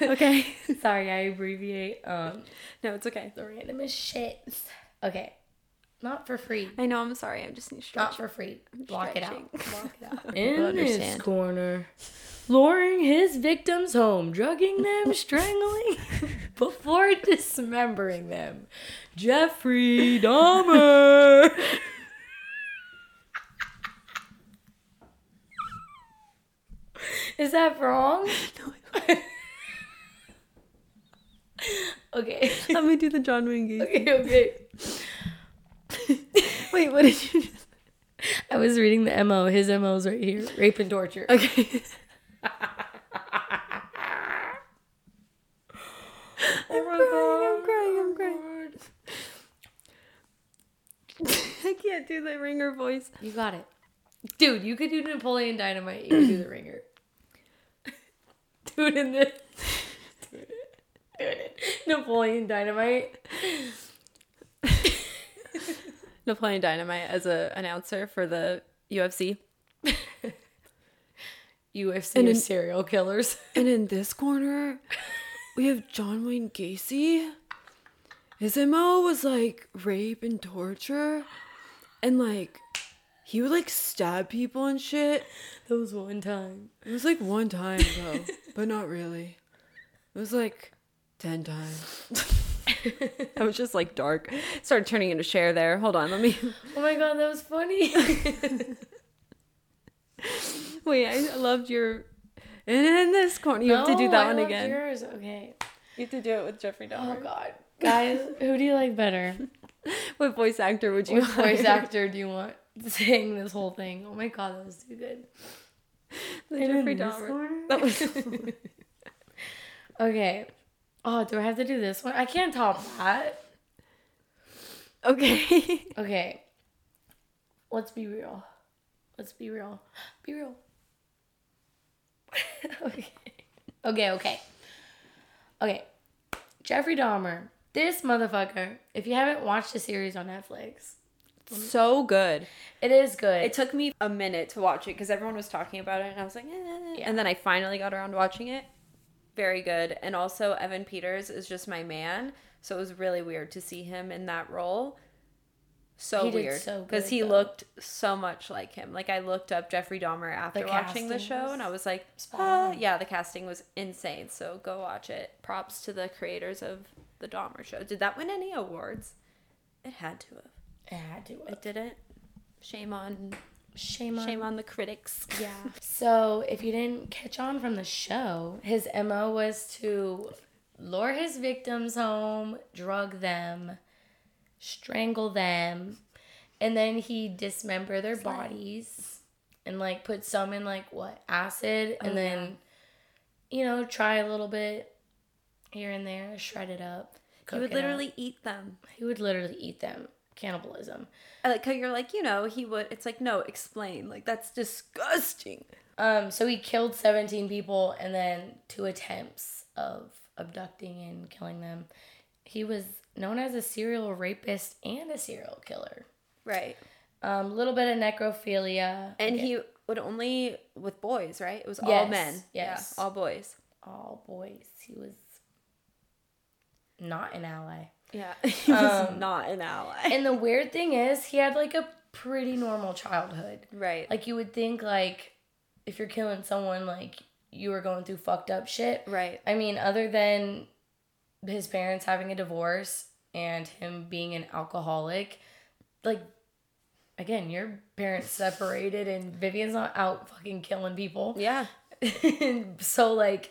[SPEAKER 1] okay.
[SPEAKER 2] Sorry, I abbreviate um
[SPEAKER 1] No, it's okay.
[SPEAKER 2] the randomest shit. Okay. Not for free.
[SPEAKER 1] I know. I'm sorry. I'm just
[SPEAKER 2] Not
[SPEAKER 1] stretching.
[SPEAKER 2] for free. Block it out.
[SPEAKER 1] Stretching.
[SPEAKER 2] Block it out.
[SPEAKER 1] In this understand.
[SPEAKER 2] corner luring his victims home, drugging them, strangling before dismembering them. Jeffrey Dahmer. Is that wrong? Okay.
[SPEAKER 1] Let me do the John Wingate.
[SPEAKER 2] Okay, okay.
[SPEAKER 1] Wait, what did you just
[SPEAKER 2] I was reading the MO. His MO's right here. Rape and torture.
[SPEAKER 1] Okay.
[SPEAKER 2] Oh my
[SPEAKER 1] I'm crying, I'm crying. I can't do the ringer voice.
[SPEAKER 2] You got it. Dude, you could do Napoleon Dynamite. You could do the ringer. Dude in the Dude it. Napoleon Dynamite.
[SPEAKER 1] Napoleon Dynamite as a announcer for the UFC.
[SPEAKER 2] UFC
[SPEAKER 1] And
[SPEAKER 2] and
[SPEAKER 1] in-
[SPEAKER 2] serial killers.
[SPEAKER 1] And in this corner, we have John Wayne Gacy. His MO was like rape and torture. And like, he would like stab people and shit.
[SPEAKER 2] That was one time.
[SPEAKER 1] It was like one time though, but not really. It was like 10 times. I was just like dark. Started turning into share there. Hold on, let me.
[SPEAKER 2] Oh my god, that was funny.
[SPEAKER 1] Wait, I loved your. And in this corner, you have to do
[SPEAKER 2] No,
[SPEAKER 1] that
[SPEAKER 2] I
[SPEAKER 1] one
[SPEAKER 2] loved
[SPEAKER 1] again.
[SPEAKER 2] Yours. Okay.
[SPEAKER 1] You have to do it with Jeffrey
[SPEAKER 2] Oh
[SPEAKER 1] Dahmer.
[SPEAKER 2] god. Guys, who do you like better?
[SPEAKER 1] What voice actor would you
[SPEAKER 2] Which voice
[SPEAKER 1] hire?
[SPEAKER 2] actor do you want saying this whole thing? Oh my god, that was too good.
[SPEAKER 1] The
[SPEAKER 2] And
[SPEAKER 1] Jeffrey
[SPEAKER 2] in this
[SPEAKER 1] Dahmer.
[SPEAKER 2] corner?
[SPEAKER 1] That was.
[SPEAKER 2] Okay. Oh, do I have to do this one? I can't top that.
[SPEAKER 1] okay.
[SPEAKER 2] Okay. Let's be real. Let's be real. Be real. okay. Okay, okay. Okay. Jeffrey Dahmer. This motherfucker. If you haven't watched the series on Netflix,
[SPEAKER 1] So good.
[SPEAKER 2] it is good.
[SPEAKER 1] It took me a minute to watch it because everyone was talking about it, and I was like, eh. and then I finally got around to watching it. Very good. And also, Evan Peters is just my man, so it was really weird to see him in that role. So
[SPEAKER 2] He did
[SPEAKER 1] weird
[SPEAKER 2] so
[SPEAKER 1] because
[SPEAKER 2] good,
[SPEAKER 1] he
[SPEAKER 2] though.
[SPEAKER 1] looked so much like him. Like I looked up Jeffrey Dahmer after
[SPEAKER 2] The
[SPEAKER 1] watching the
[SPEAKER 2] casting
[SPEAKER 1] show,
[SPEAKER 2] was
[SPEAKER 1] and I was like,
[SPEAKER 2] spot
[SPEAKER 1] oh
[SPEAKER 2] on.
[SPEAKER 1] yeah, the casting was insane. So go watch it. Props to the creators of the Dahmer show. Did that win any awards? It had to have.
[SPEAKER 2] I had to.
[SPEAKER 1] It didn't. Shame on
[SPEAKER 2] Shame on.
[SPEAKER 1] Shame on the critics.
[SPEAKER 2] Yeah. So if you didn't catch on from the show, his MO was to lure his victims home, drug them, strangle them, and then he dismember their bodies and like put some in like what acid and
[SPEAKER 1] Oh,
[SPEAKER 2] then you know try a little bit here and there, shred it up.
[SPEAKER 1] You
[SPEAKER 2] cook
[SPEAKER 1] would
[SPEAKER 2] it up.
[SPEAKER 1] literally eat them.
[SPEAKER 2] he would literally eat them. Cannibalism.
[SPEAKER 1] I like how Uh, you're like, you know, he would. It's like, no, explain. Like that's disgusting.
[SPEAKER 2] Um, so he killed 17 people and then two attempts of abducting and killing them. He was known as a serial rapist and a serial killer.
[SPEAKER 1] Right.
[SPEAKER 2] A um, little bit of necrophilia.
[SPEAKER 1] And he would only with boys, right? It was all
[SPEAKER 2] Yes,
[SPEAKER 1] men.
[SPEAKER 2] yes.
[SPEAKER 1] Yeah, all boys.
[SPEAKER 2] all Oh, boys. He was not an ally.
[SPEAKER 1] Yeah. He was
[SPEAKER 2] Um,
[SPEAKER 1] not an ally.
[SPEAKER 2] And the weird thing is, he had like a pretty normal childhood.
[SPEAKER 1] Right.
[SPEAKER 2] Like you would think, like if you're killing someone, like you were going through fucked up shit,
[SPEAKER 1] right.
[SPEAKER 2] I mean, other than his parents having a divorce and him being an alcoholic, like, again, your parents separated and Vivian's not out fucking killing people.
[SPEAKER 1] Yeah.
[SPEAKER 2] so, like,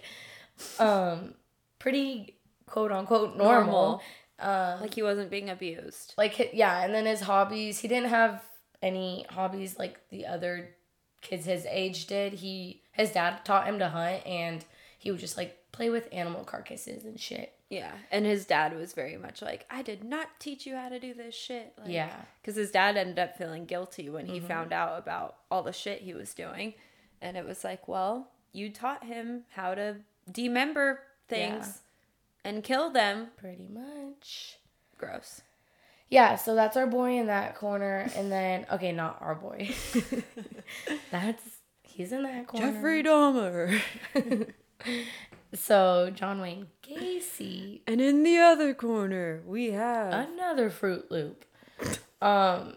[SPEAKER 2] um, pretty quote unquote normal.
[SPEAKER 1] like he wasn't being abused.
[SPEAKER 2] Like, hi- yeah, and then his hobbies, he didn't have any hobbies like the other kids his age did. He, his dad taught him to hunt and he would just like play with animal carcasses and shit.
[SPEAKER 1] Yeah. And his dad was very much like, I did not teach you how to do this shit. Like,
[SPEAKER 2] Yeah.
[SPEAKER 1] Because his dad ended up feeling guilty when he found out about all the shit he was doing. And it was like, well, you taught him how to demember things and kill them.
[SPEAKER 2] Pretty much.
[SPEAKER 1] Gross.
[SPEAKER 2] Yeah, so that's our boy in that corner. And then, okay, not our boy. that's, he's in that corner.
[SPEAKER 1] Dahmer.
[SPEAKER 2] So, John Wayne Gacy,
[SPEAKER 1] And in the other corner, we have.
[SPEAKER 2] another Fruit Loop. Um,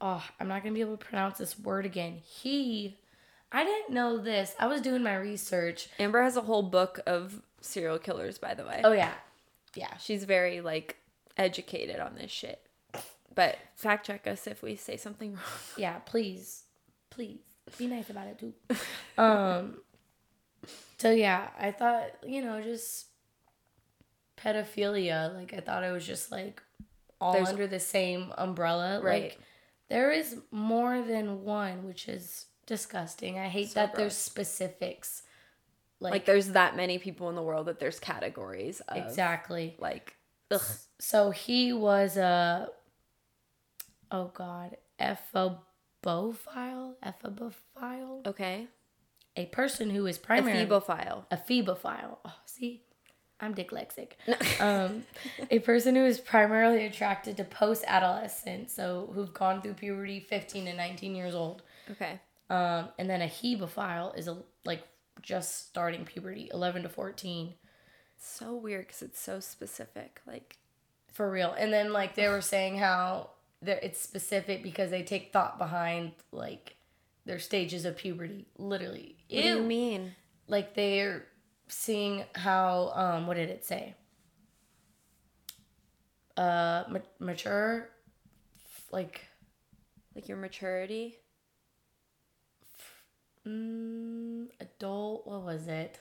[SPEAKER 2] oh, I'm not going to be able to pronounce this word again. He I didn't know this. I was doing my research.
[SPEAKER 1] Amber has a whole book of serial killers, by the way.
[SPEAKER 2] Oh yeah, yeah.
[SPEAKER 1] She's very like educated on this shit. But fact check us if we say something wrong.
[SPEAKER 2] Yeah, please, please be nice about it too. um. So yeah, I thought you know just pedophilia. Like I thought it was just like all
[SPEAKER 1] There's-
[SPEAKER 2] under the same umbrella.
[SPEAKER 1] Right.
[SPEAKER 2] Like there is more than one, which is disgusting. I hate
[SPEAKER 1] So
[SPEAKER 2] that there's
[SPEAKER 1] gross.
[SPEAKER 2] specifics.
[SPEAKER 1] Like, there's that many people in the world that there's categories of
[SPEAKER 2] exactly.
[SPEAKER 1] like ugh,
[SPEAKER 2] So he was a oh god, ephabophile, ephabophile,
[SPEAKER 1] okay.
[SPEAKER 2] a person who is
[SPEAKER 1] A
[SPEAKER 2] primarily
[SPEAKER 1] phebophile.
[SPEAKER 2] a phoebophile. Oh, see, I'm dyslexic.
[SPEAKER 1] No.
[SPEAKER 2] um, a person who is primarily attracted to post-adolescents, so who've gone through puberty, 15 to 19 years old.
[SPEAKER 1] okay.
[SPEAKER 2] Um, and then a hebophile is a like just starting puberty, 11 to 14.
[SPEAKER 1] So weird cuz it's so specific. Like
[SPEAKER 2] For real. And then like they were saying how they're- it's specific because they take thought behind like their stages of puberty. Literally.
[SPEAKER 1] what do you
[SPEAKER 2] Ew.
[SPEAKER 1] mean?
[SPEAKER 2] Like they're seeing how um what did it say? Uh ma- mature like
[SPEAKER 1] Like your maturity?
[SPEAKER 2] mm, adult what was it?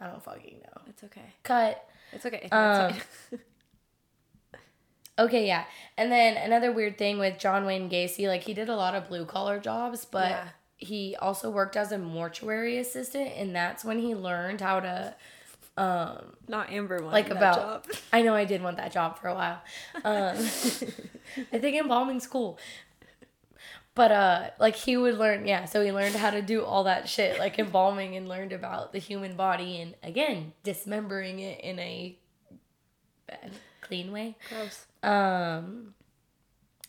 [SPEAKER 2] I don't fucking know.
[SPEAKER 1] It's okay.
[SPEAKER 2] Cut.
[SPEAKER 1] It's okay.
[SPEAKER 2] Um,
[SPEAKER 1] It's fine.
[SPEAKER 2] Okay, yeah. And then another weird thing with John Wayne Gacy, like he did a lot of blue collar jobs, but
[SPEAKER 1] Yeah.
[SPEAKER 2] he also worked as a mortuary assistant, and that's when he learned how to.
[SPEAKER 1] Not Amber one.
[SPEAKER 2] like
[SPEAKER 1] that
[SPEAKER 2] about-
[SPEAKER 1] job.
[SPEAKER 2] I know I did want that job for a while. Um, I think embalming's cool. But uh like he would learn yeah, so he learned how to do all that shit, like embalming and learned about the human body and again, dismembering it in a bad, clean way.
[SPEAKER 1] Gross.
[SPEAKER 2] Um,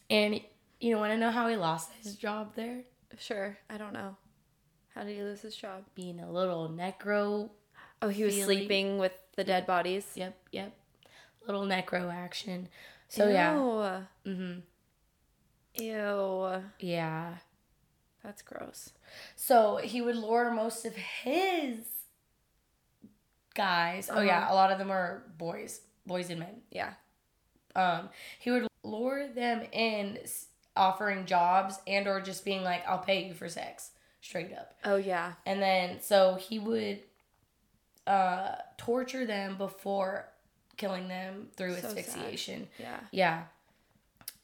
[SPEAKER 2] and you want to know how he lost his job there?
[SPEAKER 1] Sure. I don't know. How did he lose his job?
[SPEAKER 2] Being a little necro.
[SPEAKER 1] Oh, he was
[SPEAKER 2] Feeling-
[SPEAKER 1] sleeping with the dead bodies.
[SPEAKER 2] Yep, yep. Little necro action.
[SPEAKER 1] Oh,
[SPEAKER 2] So yeah, Mm-hmm.
[SPEAKER 1] Ew. Ew.
[SPEAKER 2] yeah.
[SPEAKER 1] That's gross.
[SPEAKER 2] So he would lure most of his guys. Oh yeah,
[SPEAKER 1] Uh-huh.
[SPEAKER 2] a lot of them are boys, boys and men.
[SPEAKER 1] Yeah.
[SPEAKER 2] Um, he would lure them in, s- offering jobs and or just being like, "I'll pay you for sex," straight up.
[SPEAKER 1] Oh yeah.
[SPEAKER 2] And then so he would uh torture them before killing them through
[SPEAKER 1] So sad.
[SPEAKER 2] asphyxiation.
[SPEAKER 1] Yeah.
[SPEAKER 2] Yeah.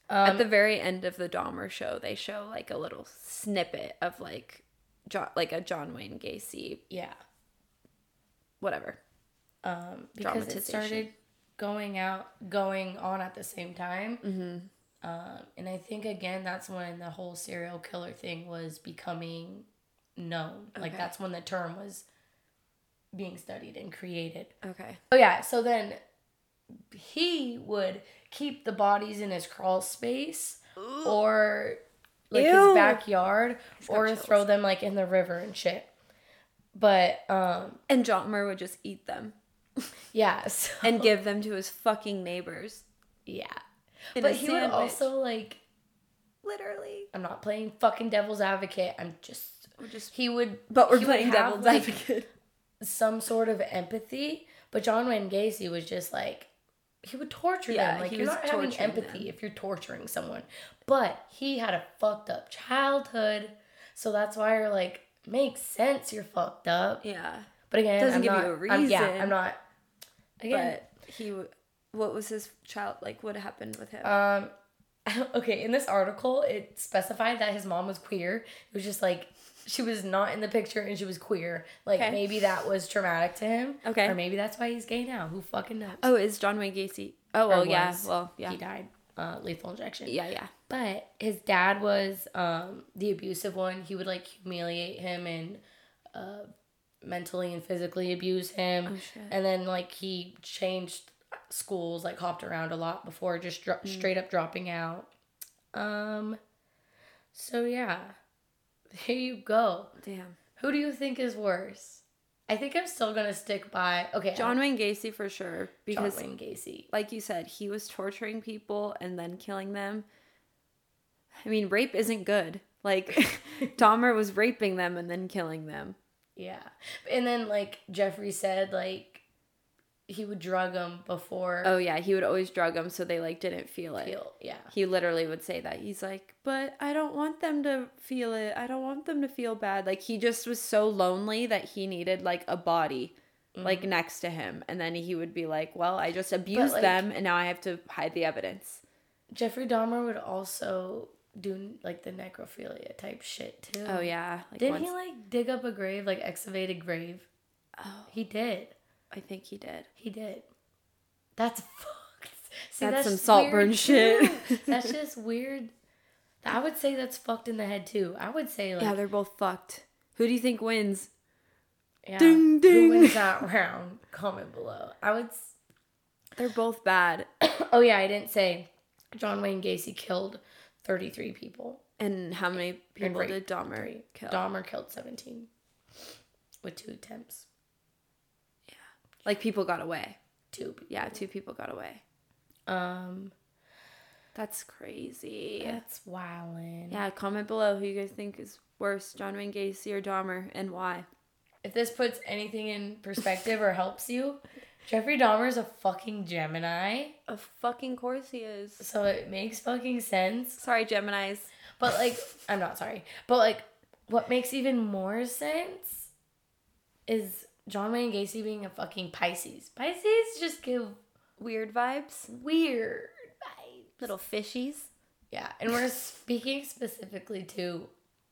[SPEAKER 1] At
[SPEAKER 2] Um
[SPEAKER 1] the very end of the Dahmer show, they show like a little snippet of like John, like a John Wayne Gacy,
[SPEAKER 2] yeah.
[SPEAKER 1] whatever.
[SPEAKER 2] Um because it
[SPEAKER 1] Dramatization.
[SPEAKER 2] started going out going on at the same time.
[SPEAKER 1] Mm-hmm.
[SPEAKER 2] Um and I think again that's when the whole serial killer thing was becoming known. Like
[SPEAKER 1] Okay.
[SPEAKER 2] that's when the term was being studied and created.
[SPEAKER 1] Okay.
[SPEAKER 2] Oh yeah, so then he would keep the bodies in his crawl space or like
[SPEAKER 1] Ew.
[SPEAKER 2] his backyard
[SPEAKER 1] He's got
[SPEAKER 2] or
[SPEAKER 1] chills.
[SPEAKER 2] throw them like in the river and shit. But um
[SPEAKER 1] And Dahmer would just eat them
[SPEAKER 2] yeah, so
[SPEAKER 1] and give them to his fucking neighbors.
[SPEAKER 2] yeah.
[SPEAKER 1] in a
[SPEAKER 2] But he would
[SPEAKER 1] sandwich.
[SPEAKER 2] also like
[SPEAKER 1] literally
[SPEAKER 2] I'm not playing fucking devil's advocate. I'm just
[SPEAKER 1] We're just
[SPEAKER 2] he would
[SPEAKER 1] but we're
[SPEAKER 2] he would
[SPEAKER 1] playing
[SPEAKER 2] have,
[SPEAKER 1] devil's
[SPEAKER 2] like,
[SPEAKER 1] advocate.
[SPEAKER 2] some sort of empathy. But John Wayne Gacy was just like he would torture
[SPEAKER 1] Yeah,
[SPEAKER 2] them. Like
[SPEAKER 1] he
[SPEAKER 2] you're
[SPEAKER 1] was
[SPEAKER 2] not having
[SPEAKER 1] torturing
[SPEAKER 2] empathy
[SPEAKER 1] them.
[SPEAKER 2] if you're torturing someone. But he had a fucked up childhood, so that's why you're like makes sense. You're fucked up.
[SPEAKER 1] Yeah.
[SPEAKER 2] But again,
[SPEAKER 1] Doesn't
[SPEAKER 2] I'm
[SPEAKER 1] give you
[SPEAKER 2] not,
[SPEAKER 1] a
[SPEAKER 2] I'm- yeah,
[SPEAKER 1] reason.
[SPEAKER 2] I'm not. Again,
[SPEAKER 1] But he, w- what was his child like? What happened with him?
[SPEAKER 2] um, okay. In this article, it specified that his mom was queer. It was just like she was not in the picture and she was queer. Like
[SPEAKER 1] Okay.
[SPEAKER 2] maybe that was traumatic to him.
[SPEAKER 1] Okay.
[SPEAKER 2] Or maybe that's why he's gay now. Who fucking knows?
[SPEAKER 1] oh, is John Wayne Gacy? Oh well, yeah.
[SPEAKER 2] was.
[SPEAKER 1] Well, yeah.
[SPEAKER 2] he died uh, lethal injection.
[SPEAKER 1] Yeah, yeah.
[SPEAKER 2] But his dad was um, the abusive one. He would like humiliate him and uh, mentally and physically abuse him.
[SPEAKER 1] Oh, shit.
[SPEAKER 2] And then like he changed schools, like hopped around a lot before just dro-
[SPEAKER 1] Mm.
[SPEAKER 2] straight up dropping out. Um. So yeah, there you go.
[SPEAKER 1] Damn.
[SPEAKER 2] Who do you think is worse? I think I'm still gonna stick by okay
[SPEAKER 1] John Wayne Gacy for sure
[SPEAKER 2] John
[SPEAKER 1] because
[SPEAKER 2] Wayne Gacy.
[SPEAKER 1] like you said, he was torturing people and then killing them. I mean, rape isn't good. Like Dahmer was raping them and then killing them.
[SPEAKER 2] Yeah. And then like Jeffrey said like he would drug them before
[SPEAKER 1] Oh yeah, he would always drug them so they like didn't feel it.
[SPEAKER 2] feel. Yeah.
[SPEAKER 1] He literally would say that. He's like, "But I don't want them to feel it. I don't want them to feel bad." Like he just was so lonely that he needed like a body like next to him. And then he would be like, "Well, I just abused
[SPEAKER 2] Mm-hmm. like-
[SPEAKER 1] them and now I have to hide the evidence."
[SPEAKER 2] Jeffrey Dahmer would also do like the necrophilia type shit too.
[SPEAKER 1] Oh yeah. Like
[SPEAKER 2] Didn't
[SPEAKER 1] once-
[SPEAKER 2] he like dig up a grave, like excavate a grave?
[SPEAKER 1] Oh.
[SPEAKER 2] He did.
[SPEAKER 1] I think he did.
[SPEAKER 2] He did. That's fucked. See,
[SPEAKER 1] That's some Saltburn
[SPEAKER 2] weird,
[SPEAKER 1] shit.
[SPEAKER 2] too. that's just weird. I would say that's fucked in the head too. I would say like
[SPEAKER 1] yeah, they're both fucked. Who do you think wins?
[SPEAKER 2] yeah,
[SPEAKER 1] Ding,
[SPEAKER 2] who
[SPEAKER 1] ding.
[SPEAKER 2] wins that round? Comment below. I would. s-
[SPEAKER 1] They're both bad.
[SPEAKER 2] Oh yeah, I didn't say John Wayne Gacy killed thirty three people.
[SPEAKER 1] And how many people
[SPEAKER 2] rape.
[SPEAKER 1] did Dahmer kill?
[SPEAKER 2] Dahmer killed seventeen with two attempts.
[SPEAKER 1] Like people got away.
[SPEAKER 2] Two.
[SPEAKER 1] Yeah, two people got away.
[SPEAKER 2] Um,
[SPEAKER 1] That's crazy.
[SPEAKER 2] that's wildin'.
[SPEAKER 1] Yeah, comment below who you guys think is worse, John Wayne Gacy or Dahmer, and why.
[SPEAKER 2] If this puts anything in perspective or helps you, Jeffrey Dahmer's a fucking Gemini.
[SPEAKER 1] Of fucking course he is.
[SPEAKER 2] so it makes fucking sense.
[SPEAKER 1] Sorry, Geminis.
[SPEAKER 2] But like, I'm not sorry. But like, what makes even more sense is John Wayne Gacy being a fucking Pisces. Pisces just give
[SPEAKER 1] Weird vibes.
[SPEAKER 2] weird vibes.
[SPEAKER 1] Little fishies.
[SPEAKER 2] Yeah, and we're speaking specifically to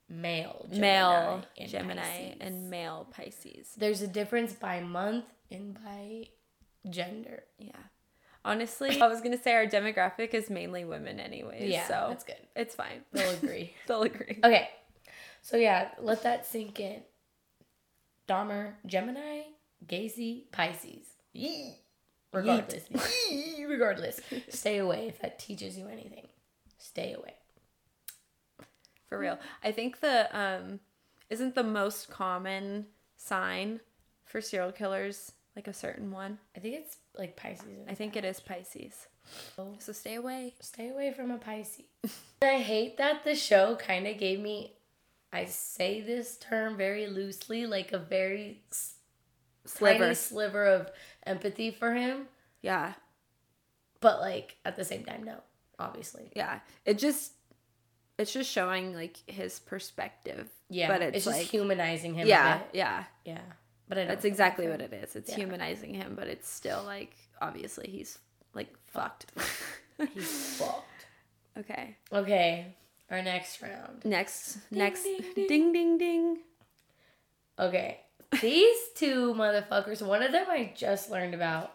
[SPEAKER 2] male Gemini
[SPEAKER 1] male
[SPEAKER 2] and
[SPEAKER 1] Gemini
[SPEAKER 2] Pisces.
[SPEAKER 1] and male Pisces.
[SPEAKER 2] there's a difference by month and by gender.
[SPEAKER 1] Yeah. Honestly, I was gonna say our demographic is mainly women anyways.
[SPEAKER 2] Yeah,
[SPEAKER 1] so
[SPEAKER 2] that's good.
[SPEAKER 1] It's fine.
[SPEAKER 2] We'll agree.
[SPEAKER 1] They'll agree.
[SPEAKER 2] Okay. So yeah, let that sink in. Dahmer, Gemini, Gacy, Pisces. Yee. Regardless. Yee. Regardless. Stay away if that teaches you anything. Stay away.
[SPEAKER 1] For real. I think the um isn't the most common sign for serial killers like a certain one.
[SPEAKER 2] I think it's like Pisces.
[SPEAKER 1] I think it is Pisces.
[SPEAKER 2] Oh.
[SPEAKER 1] So stay away.
[SPEAKER 2] Stay away from a Pisces. I hate that the show kind of gave me I say this term very loosely, like a very s- tiny
[SPEAKER 1] Sliver.
[SPEAKER 2] sliver of empathy for him,
[SPEAKER 1] Yeah.
[SPEAKER 2] but like at the same time no, obviously.
[SPEAKER 1] Yeah. It just it's just showing like his perspective.
[SPEAKER 2] Yeah,
[SPEAKER 1] But it's,
[SPEAKER 2] just
[SPEAKER 1] like-
[SPEAKER 2] humanizing him.
[SPEAKER 1] Yeah.
[SPEAKER 2] a bit.
[SPEAKER 1] Yeah.
[SPEAKER 2] yeah. But I don't
[SPEAKER 1] That's
[SPEAKER 2] feel
[SPEAKER 1] exactly
[SPEAKER 2] for
[SPEAKER 1] what
[SPEAKER 2] him.
[SPEAKER 1] it is. It's
[SPEAKER 2] Yeah.
[SPEAKER 1] humanizing him, but it's still like obviously he's like fucked.
[SPEAKER 2] He's fucked.
[SPEAKER 1] okay.
[SPEAKER 2] Okay, our next round.
[SPEAKER 1] Next next
[SPEAKER 2] ding,
[SPEAKER 1] ding
[SPEAKER 2] ding.
[SPEAKER 1] ding ding.
[SPEAKER 2] Okay, these two motherfuckers. One of them I just learned about.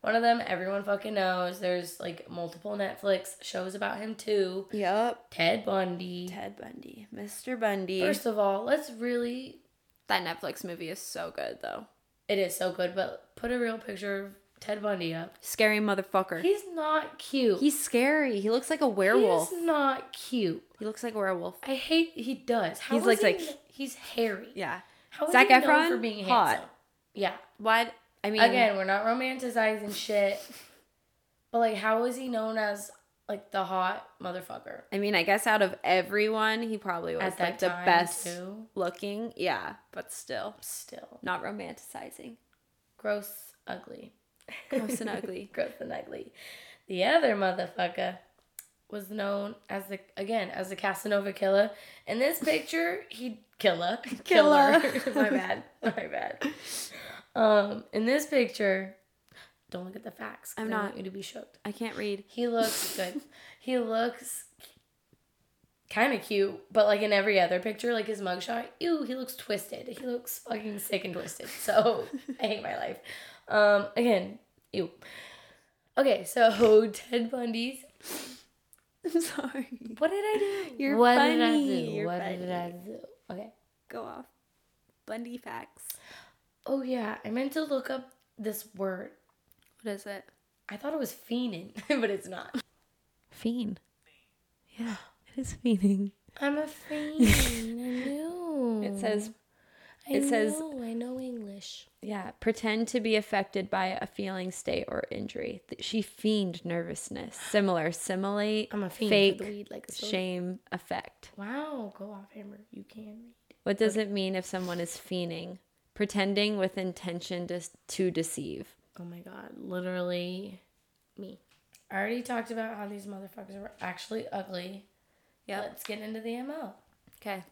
[SPEAKER 2] One of them everyone fucking knows. There's like multiple Netflix shows about him too.
[SPEAKER 1] Yep.
[SPEAKER 2] Ted Bundy.
[SPEAKER 1] Ted Bundy. Mr. Bundy.
[SPEAKER 2] First of all, let's really.
[SPEAKER 1] that Netflix movie is so good though.
[SPEAKER 2] It is so good, but put a real picture of Ted Bundy up.
[SPEAKER 1] Scary motherfucker.
[SPEAKER 2] He's not cute.
[SPEAKER 1] He's scary. He looks like a werewolf.
[SPEAKER 2] He's not cute.
[SPEAKER 1] He looks like a werewolf.
[SPEAKER 2] I hate he does. How
[SPEAKER 1] He's
[SPEAKER 2] is
[SPEAKER 1] like-
[SPEAKER 2] he-
[SPEAKER 1] like-
[SPEAKER 2] he's hairy.
[SPEAKER 1] Yeah.
[SPEAKER 2] How is
[SPEAKER 1] Zac
[SPEAKER 2] he known
[SPEAKER 1] Efron?
[SPEAKER 2] for being
[SPEAKER 1] Hot.
[SPEAKER 2] handsome? Yeah.
[SPEAKER 1] Why? I mean,
[SPEAKER 2] Again, we're not romanticizing shit, but like, how is he known as like the hot motherfucker
[SPEAKER 1] I mean, I guess out of everyone, he probably was
[SPEAKER 2] at that
[SPEAKER 1] like the
[SPEAKER 2] time
[SPEAKER 1] best
[SPEAKER 2] too?
[SPEAKER 1] looking. Yeah, but still,
[SPEAKER 2] Still
[SPEAKER 1] not romanticizing.
[SPEAKER 2] gross, ugly,
[SPEAKER 1] Gross and ugly.
[SPEAKER 2] gross and ugly. The other motherfucker was known as the again as the Casanova killer. In this picture, he killer
[SPEAKER 1] Killer.
[SPEAKER 2] my bad, my bad. Um, in this picture, don't look at the facts. 'cause
[SPEAKER 1] I'm
[SPEAKER 2] I
[SPEAKER 1] not.
[SPEAKER 2] want you to be shook.
[SPEAKER 1] I can't read.
[SPEAKER 2] He looks good. he looks kind of cute, but like in every other picture, like his mugshot, ew, he looks twisted. He looks fucking sick and twisted. So I hate my life. Um, again, ew. Okay, so Ted Bundy's.
[SPEAKER 1] I'm sorry.
[SPEAKER 2] What did I do?
[SPEAKER 1] You're
[SPEAKER 2] what
[SPEAKER 1] funny.
[SPEAKER 2] did I do?
[SPEAKER 1] You're
[SPEAKER 2] what
[SPEAKER 1] funny.
[SPEAKER 2] did I do? Okay.
[SPEAKER 1] Go off. Bundy facts.
[SPEAKER 2] Oh yeah, I meant to look up this word.
[SPEAKER 1] What is it?
[SPEAKER 2] I thought it was fiending, but it's not.
[SPEAKER 1] Fiend. Yeah, it is fiending.
[SPEAKER 2] I'm a fiend. I knew.
[SPEAKER 1] It says
[SPEAKER 2] I
[SPEAKER 1] It says-
[SPEAKER 2] know, I know English.
[SPEAKER 1] Yeah, pretend to be affected by a feeling state or injury. Th- She fiend nervousness. Similar, simile,
[SPEAKER 2] I'm a fiend
[SPEAKER 1] fake,
[SPEAKER 2] for the weed like a soul.
[SPEAKER 1] shame, effect.
[SPEAKER 2] Wow, go off hammer. You can read.
[SPEAKER 1] What does it mean if someone is fiending? Pretending with intention to, to deceive.
[SPEAKER 2] Oh my god, literally me. I already talked about how these motherfuckers were actually ugly. Let's get into the ML.
[SPEAKER 1] Okay.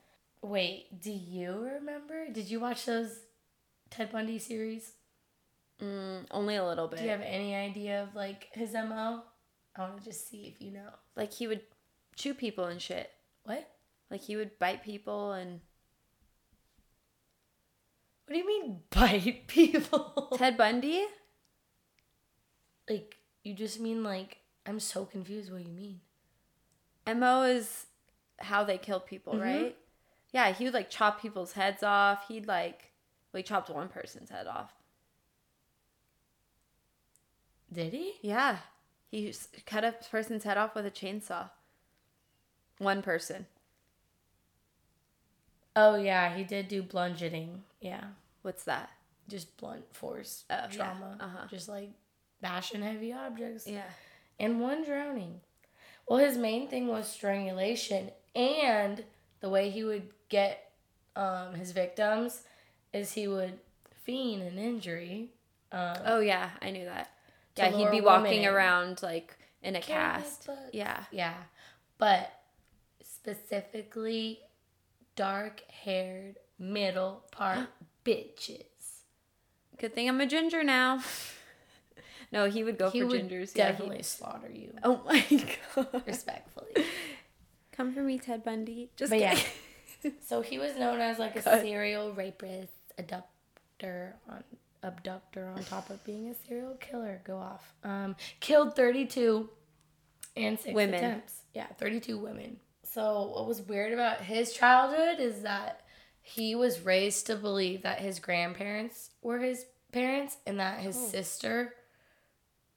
[SPEAKER 2] Wait, do you remember? Did you watch those Ted Bundy series?
[SPEAKER 1] Mm, only a little bit.
[SPEAKER 2] Do you have any idea of like his MO? I want to just see if you know.
[SPEAKER 1] like he would chew people and shit.
[SPEAKER 2] What?
[SPEAKER 1] Like he would bite people and
[SPEAKER 2] What do you mean bite people?
[SPEAKER 1] Ted Bundy.
[SPEAKER 2] like you just mean like I'm so confused what you mean.
[SPEAKER 1] Mo is how they kill people,
[SPEAKER 2] Mm-hmm.
[SPEAKER 1] right? Yeah, he would like chop people's heads off. He'd like we chopped one person's head off.
[SPEAKER 2] Did he?
[SPEAKER 1] Yeah, he s- cut a person's head off with a chainsaw. One person
[SPEAKER 2] Oh yeah, he did do bludgeoning. Yeah.
[SPEAKER 1] What's that?
[SPEAKER 2] Just blunt force
[SPEAKER 1] Oh, yeah.
[SPEAKER 2] trauma.
[SPEAKER 1] Uh-huh.
[SPEAKER 2] Just like bashing heavy objects.
[SPEAKER 1] Yeah.
[SPEAKER 2] And one drowning. Well, his main thing was strangulation and the way he would get um, his victims is he would feign an injury. Um,
[SPEAKER 1] Oh yeah, I knew that.
[SPEAKER 2] To
[SPEAKER 1] Yeah, he'd
[SPEAKER 2] lure
[SPEAKER 1] be
[SPEAKER 2] women
[SPEAKER 1] walking
[SPEAKER 2] in.
[SPEAKER 1] around like in a
[SPEAKER 2] Carry me
[SPEAKER 1] cast.
[SPEAKER 2] books.
[SPEAKER 1] Yeah.
[SPEAKER 2] Yeah. But specifically dark haired middle part bitches.
[SPEAKER 1] Good thing I'm a ginger now. no, he would go
[SPEAKER 2] He
[SPEAKER 1] for
[SPEAKER 2] would
[SPEAKER 1] gingers.
[SPEAKER 2] definitely
[SPEAKER 1] Yeah. he-
[SPEAKER 2] slaughter you.
[SPEAKER 1] oh my god.
[SPEAKER 2] Respectfully.
[SPEAKER 1] Come for me, Ted Bundy. Just
[SPEAKER 2] But yeah.
[SPEAKER 1] kidding.
[SPEAKER 2] so he was known as like a
[SPEAKER 1] Cut.
[SPEAKER 2] serial rapist, abductor on abductor on top of being a serial killer. Go off. Um killed thirty two and six
[SPEAKER 1] Women.
[SPEAKER 2] attempts. Yeah, thirty two women. So what was weird about his childhood is that he was raised to believe that his grandparents were his parents and that
[SPEAKER 1] Oh.
[SPEAKER 2] his sister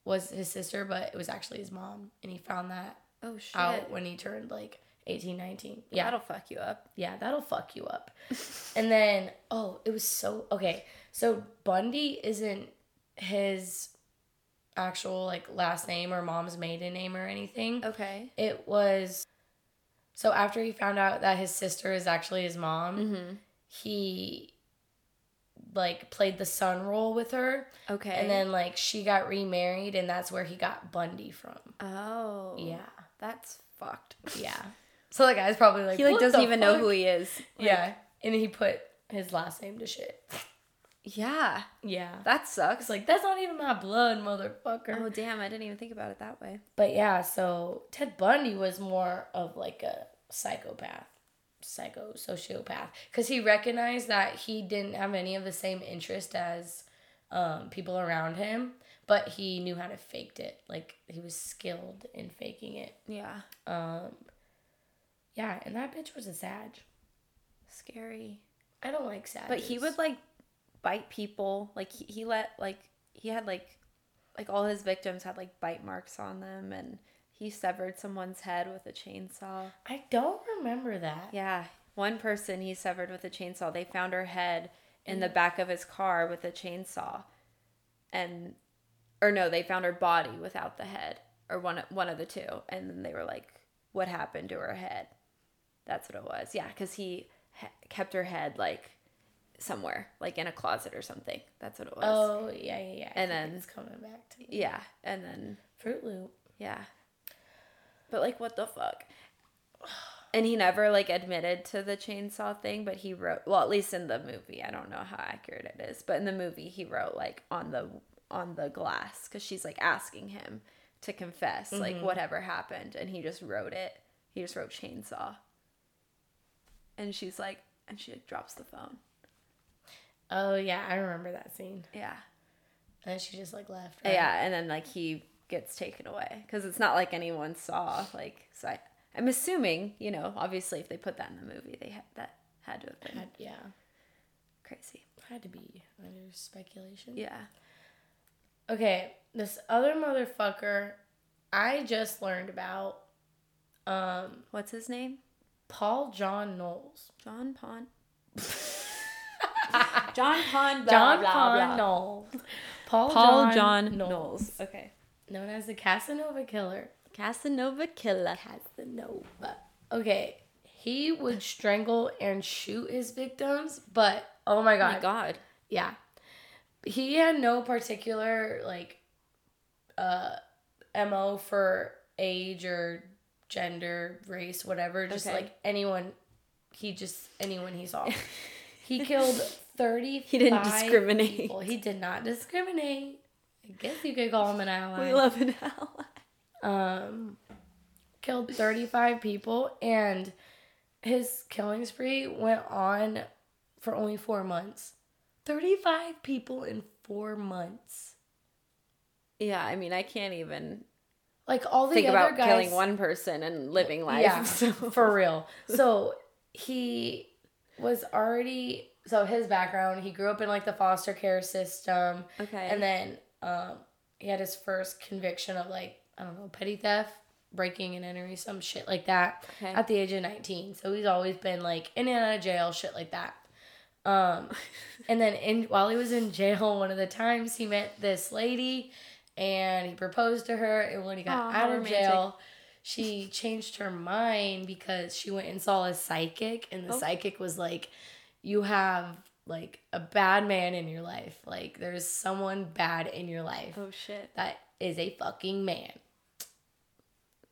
[SPEAKER 2] was his sister, but it was actually his mom. And he found that
[SPEAKER 1] Oh shit.
[SPEAKER 2] out when he turned like 18, 19. Yeah
[SPEAKER 1] That'll fuck you up.
[SPEAKER 2] yeah, that'll fuck you up. and then, oh, it was so okay. So Bundy isn't his actual like last name or mom's maiden name or anything.
[SPEAKER 1] Okay.
[SPEAKER 2] It was so after he found out that his sister is actually his mom,
[SPEAKER 1] Mm-hmm.
[SPEAKER 2] he like played the son role with her
[SPEAKER 1] Okay.
[SPEAKER 2] and then like she got remarried and that's where he got Bundy from.
[SPEAKER 1] oh
[SPEAKER 2] Yeah.
[SPEAKER 1] that's fucked.
[SPEAKER 2] Yeah. So the guy's probably like
[SPEAKER 1] He like
[SPEAKER 2] "What
[SPEAKER 1] doesn't
[SPEAKER 2] the
[SPEAKER 1] even know
[SPEAKER 2] fuck?"
[SPEAKER 1] who he is. Like,
[SPEAKER 2] yeah. And he put his last name to shit.
[SPEAKER 1] Yeah.
[SPEAKER 2] Yeah.
[SPEAKER 1] That sucks.
[SPEAKER 2] It's like, that's not even my blood,
[SPEAKER 1] oh
[SPEAKER 2] motherfucker.
[SPEAKER 1] damn, I didn't even think about it that way.
[SPEAKER 2] But yeah, so Ted Bundy was more of like a psychopath, psycho sociopath, because he recognized that he didn't have any of the same interest as um, people around him, but he knew how to fake it. Like, he was skilled in faking it.
[SPEAKER 1] Yeah.
[SPEAKER 2] Um, yeah, and that bitch was a Sag.
[SPEAKER 1] Scary.
[SPEAKER 2] I don't like Sag.
[SPEAKER 1] But he would like bite people. Like he, he let like he had like like all his victims had like bite marks on them and he severed someone's head with a chainsaw.
[SPEAKER 2] I don't remember that.
[SPEAKER 1] Yeah. One person he severed with a chainsaw. They found her head in the back of his car with a chainsaw. And or no, they found her body without the head or one one of the two. And then they were like, "What happened to her head?" That's what it was. Yeah, cuz he he- kept her head like somewhere, like in a closet or something. That's what it was.
[SPEAKER 2] Oh, yeah, yeah, yeah. I
[SPEAKER 1] And
[SPEAKER 2] think
[SPEAKER 1] then-
[SPEAKER 2] it's coming back to me.
[SPEAKER 1] Yeah, and then
[SPEAKER 2] Fruit Loop.
[SPEAKER 1] Yeah. But like what the fuck? And he never like admitted to the chainsaw thing, but he wrote well, at least in the movie. I don't know how accurate it is, but in the movie he wrote like on the on the glass cuz she's like asking him to confess like whatever happened and he just wrote it. He just wrote chainsaw. And she's like and she like drops the phone.
[SPEAKER 2] Oh yeah, I remember that scene.
[SPEAKER 1] Yeah.
[SPEAKER 2] And then she just like left.
[SPEAKER 1] Yeah, and then like he gets taken away because it's not like anyone saw. Like, so I, I'm assuming, you know, obviously if they put that in the movie, they had that had to have been
[SPEAKER 2] Had, yeah.
[SPEAKER 1] crazy.
[SPEAKER 2] Had to be under speculation.
[SPEAKER 1] Yeah.
[SPEAKER 2] Okay, this other motherfucker, I just learned about, um,
[SPEAKER 1] What's his name?
[SPEAKER 2] Paul John Knowles.
[SPEAKER 1] John Pond. John Pond. Blah,
[SPEAKER 2] John
[SPEAKER 1] blah,
[SPEAKER 2] Paul
[SPEAKER 1] blah.
[SPEAKER 2] Knowles. Paul,
[SPEAKER 1] Paul John, Knowles. Okay.
[SPEAKER 2] Known as the Casanova Killer.
[SPEAKER 1] Casanova killer.
[SPEAKER 2] Casanova. Okay. He would strangle and shoot his victims, but oh my
[SPEAKER 1] Oh
[SPEAKER 2] god.
[SPEAKER 1] my god.
[SPEAKER 2] Yeah. He had no particular like uh MO for age or gender, race, whatever, just
[SPEAKER 1] Okay.
[SPEAKER 2] like anyone he just anyone he saw. he killed 30
[SPEAKER 1] He didn't discriminate.
[SPEAKER 2] People. He did not discriminate. I guess you could call him an ally.
[SPEAKER 1] We love an ally.
[SPEAKER 2] um killed 35 people and his killing spree went on for only four months 35 people in four months
[SPEAKER 1] Yeah, I mean, I can't even
[SPEAKER 2] like all the
[SPEAKER 1] think
[SPEAKER 2] other
[SPEAKER 1] about
[SPEAKER 2] guys
[SPEAKER 1] killing one person and living life.
[SPEAKER 2] yeah
[SPEAKER 1] so.
[SPEAKER 2] for real so he was already so his background he grew up in like the foster care system
[SPEAKER 1] Okay.
[SPEAKER 2] and then um he had his first conviction of like i don't know petty theft breaking and entering some shit like that
[SPEAKER 1] Okay.
[SPEAKER 2] at the age of 19 so he's always been like in and out of jail shit like that um and then in while he was in jail one of the times he met this lady and he proposed to her and when he got
[SPEAKER 1] Aw, how
[SPEAKER 2] out of
[SPEAKER 1] romantic.
[SPEAKER 2] jail she changed her mind because she went and saw a psychic and the
[SPEAKER 1] Oh.
[SPEAKER 2] psychic was like you have like a bad man in your life like there's someone bad in your life
[SPEAKER 1] oh shit.
[SPEAKER 2] that is a fucking man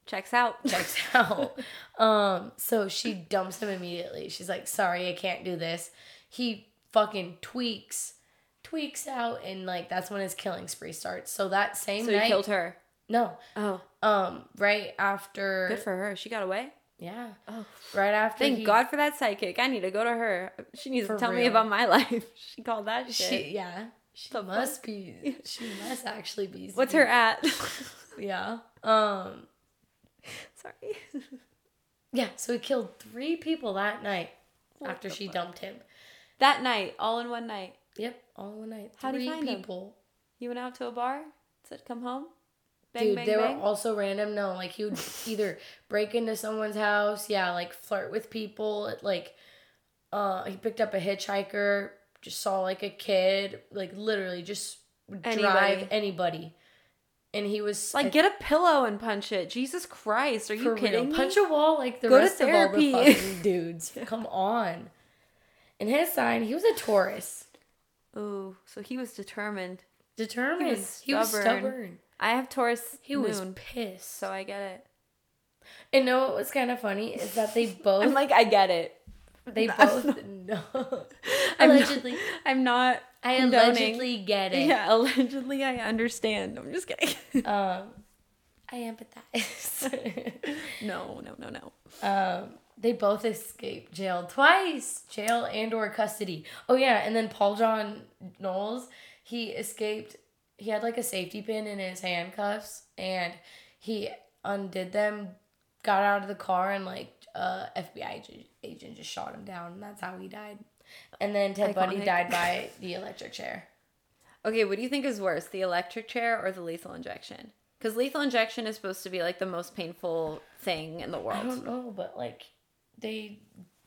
[SPEAKER 1] Checks out.
[SPEAKER 2] checks out. um, so she dumps him immediately. She's like, "Sorry, I can't do this." He fucking tweaks, tweaks out, and like that's when his killing spree starts. So that same
[SPEAKER 1] So he
[SPEAKER 2] night,
[SPEAKER 1] killed her.
[SPEAKER 2] no,
[SPEAKER 1] Oh,
[SPEAKER 2] um, right after,
[SPEAKER 1] good for her. She got away.
[SPEAKER 2] yeah,
[SPEAKER 1] Oh,
[SPEAKER 2] right after.
[SPEAKER 1] thank
[SPEAKER 2] he-
[SPEAKER 1] God for that psychic. I need to go to her. She needs
[SPEAKER 2] For
[SPEAKER 1] to tell me
[SPEAKER 2] real.
[SPEAKER 1] about my life. She called that shit.
[SPEAKER 2] She, yeah, she
[SPEAKER 1] The
[SPEAKER 2] must be. She must actually be.
[SPEAKER 1] What's her at?
[SPEAKER 2] Yeah. Um.
[SPEAKER 1] Sorry.
[SPEAKER 2] Yeah. So he killed three people that night
[SPEAKER 1] What
[SPEAKER 2] after
[SPEAKER 1] the
[SPEAKER 2] she
[SPEAKER 1] fuck?
[SPEAKER 2] dumped him.
[SPEAKER 1] That night, all in one night,
[SPEAKER 2] Yep. All one night.
[SPEAKER 1] How'd he
[SPEAKER 2] three
[SPEAKER 1] find 'em?
[SPEAKER 2] people.
[SPEAKER 1] you went out to a bar, said, "Come home." Bang,
[SPEAKER 2] Dude,
[SPEAKER 1] bang,
[SPEAKER 2] they
[SPEAKER 1] bang.
[SPEAKER 2] were also random. No, like he would either break into someone's house, yeah, like flirt with people. Like, uh, he picked up a hitchhiker, just saw like a kid, like literally just would drive
[SPEAKER 1] Anybody.
[SPEAKER 2] anybody, and he was
[SPEAKER 1] like, get a pillow and punch it. Jesus Christ, are you
[SPEAKER 2] for real,
[SPEAKER 1] kidding me?
[SPEAKER 2] punch a wall like the
[SPEAKER 1] Go to
[SPEAKER 2] rest of all the
[SPEAKER 1] therapy.
[SPEAKER 2] fucking dudes. Come on. And his sign, he was a Taurus,
[SPEAKER 1] Ooh, so he was determined.
[SPEAKER 2] determined. He was
[SPEAKER 1] was
[SPEAKER 2] stubborn.
[SPEAKER 1] stubborn. I have Taurus
[SPEAKER 2] He
[SPEAKER 1] moon,
[SPEAKER 2] was pissed.
[SPEAKER 1] so I get it.
[SPEAKER 2] and know what was kind of funny is that they both
[SPEAKER 1] I'm like, I get it.
[SPEAKER 2] They
[SPEAKER 1] I'm
[SPEAKER 2] both know.
[SPEAKER 1] I'm not-
[SPEAKER 2] allegedly,
[SPEAKER 1] I'm not.
[SPEAKER 2] I
[SPEAKER 1] condoning.
[SPEAKER 2] allegedly get it.
[SPEAKER 1] Yeah, allegedly, I understand. I'm just kidding.
[SPEAKER 2] Um, I empathize.
[SPEAKER 1] no, no, no, no.
[SPEAKER 2] um, they both escaped jail twice, jail and or custody. Oh yeah, and then Paul John Knowles, he escaped. He had like a safety pin in his handcuffs, and he undid them, got out of the car, and like uh FBI ag- agent just shot him down, and that's how he died. And then Ted Bundy
[SPEAKER 1] Iconic.
[SPEAKER 2] died by the electric chair.
[SPEAKER 1] Okay, what do you think is worse, the electric chair or the lethal injection? Because lethal injection is supposed to be like the most painful thing in the
[SPEAKER 2] I don't
[SPEAKER 1] world.
[SPEAKER 2] know, but like they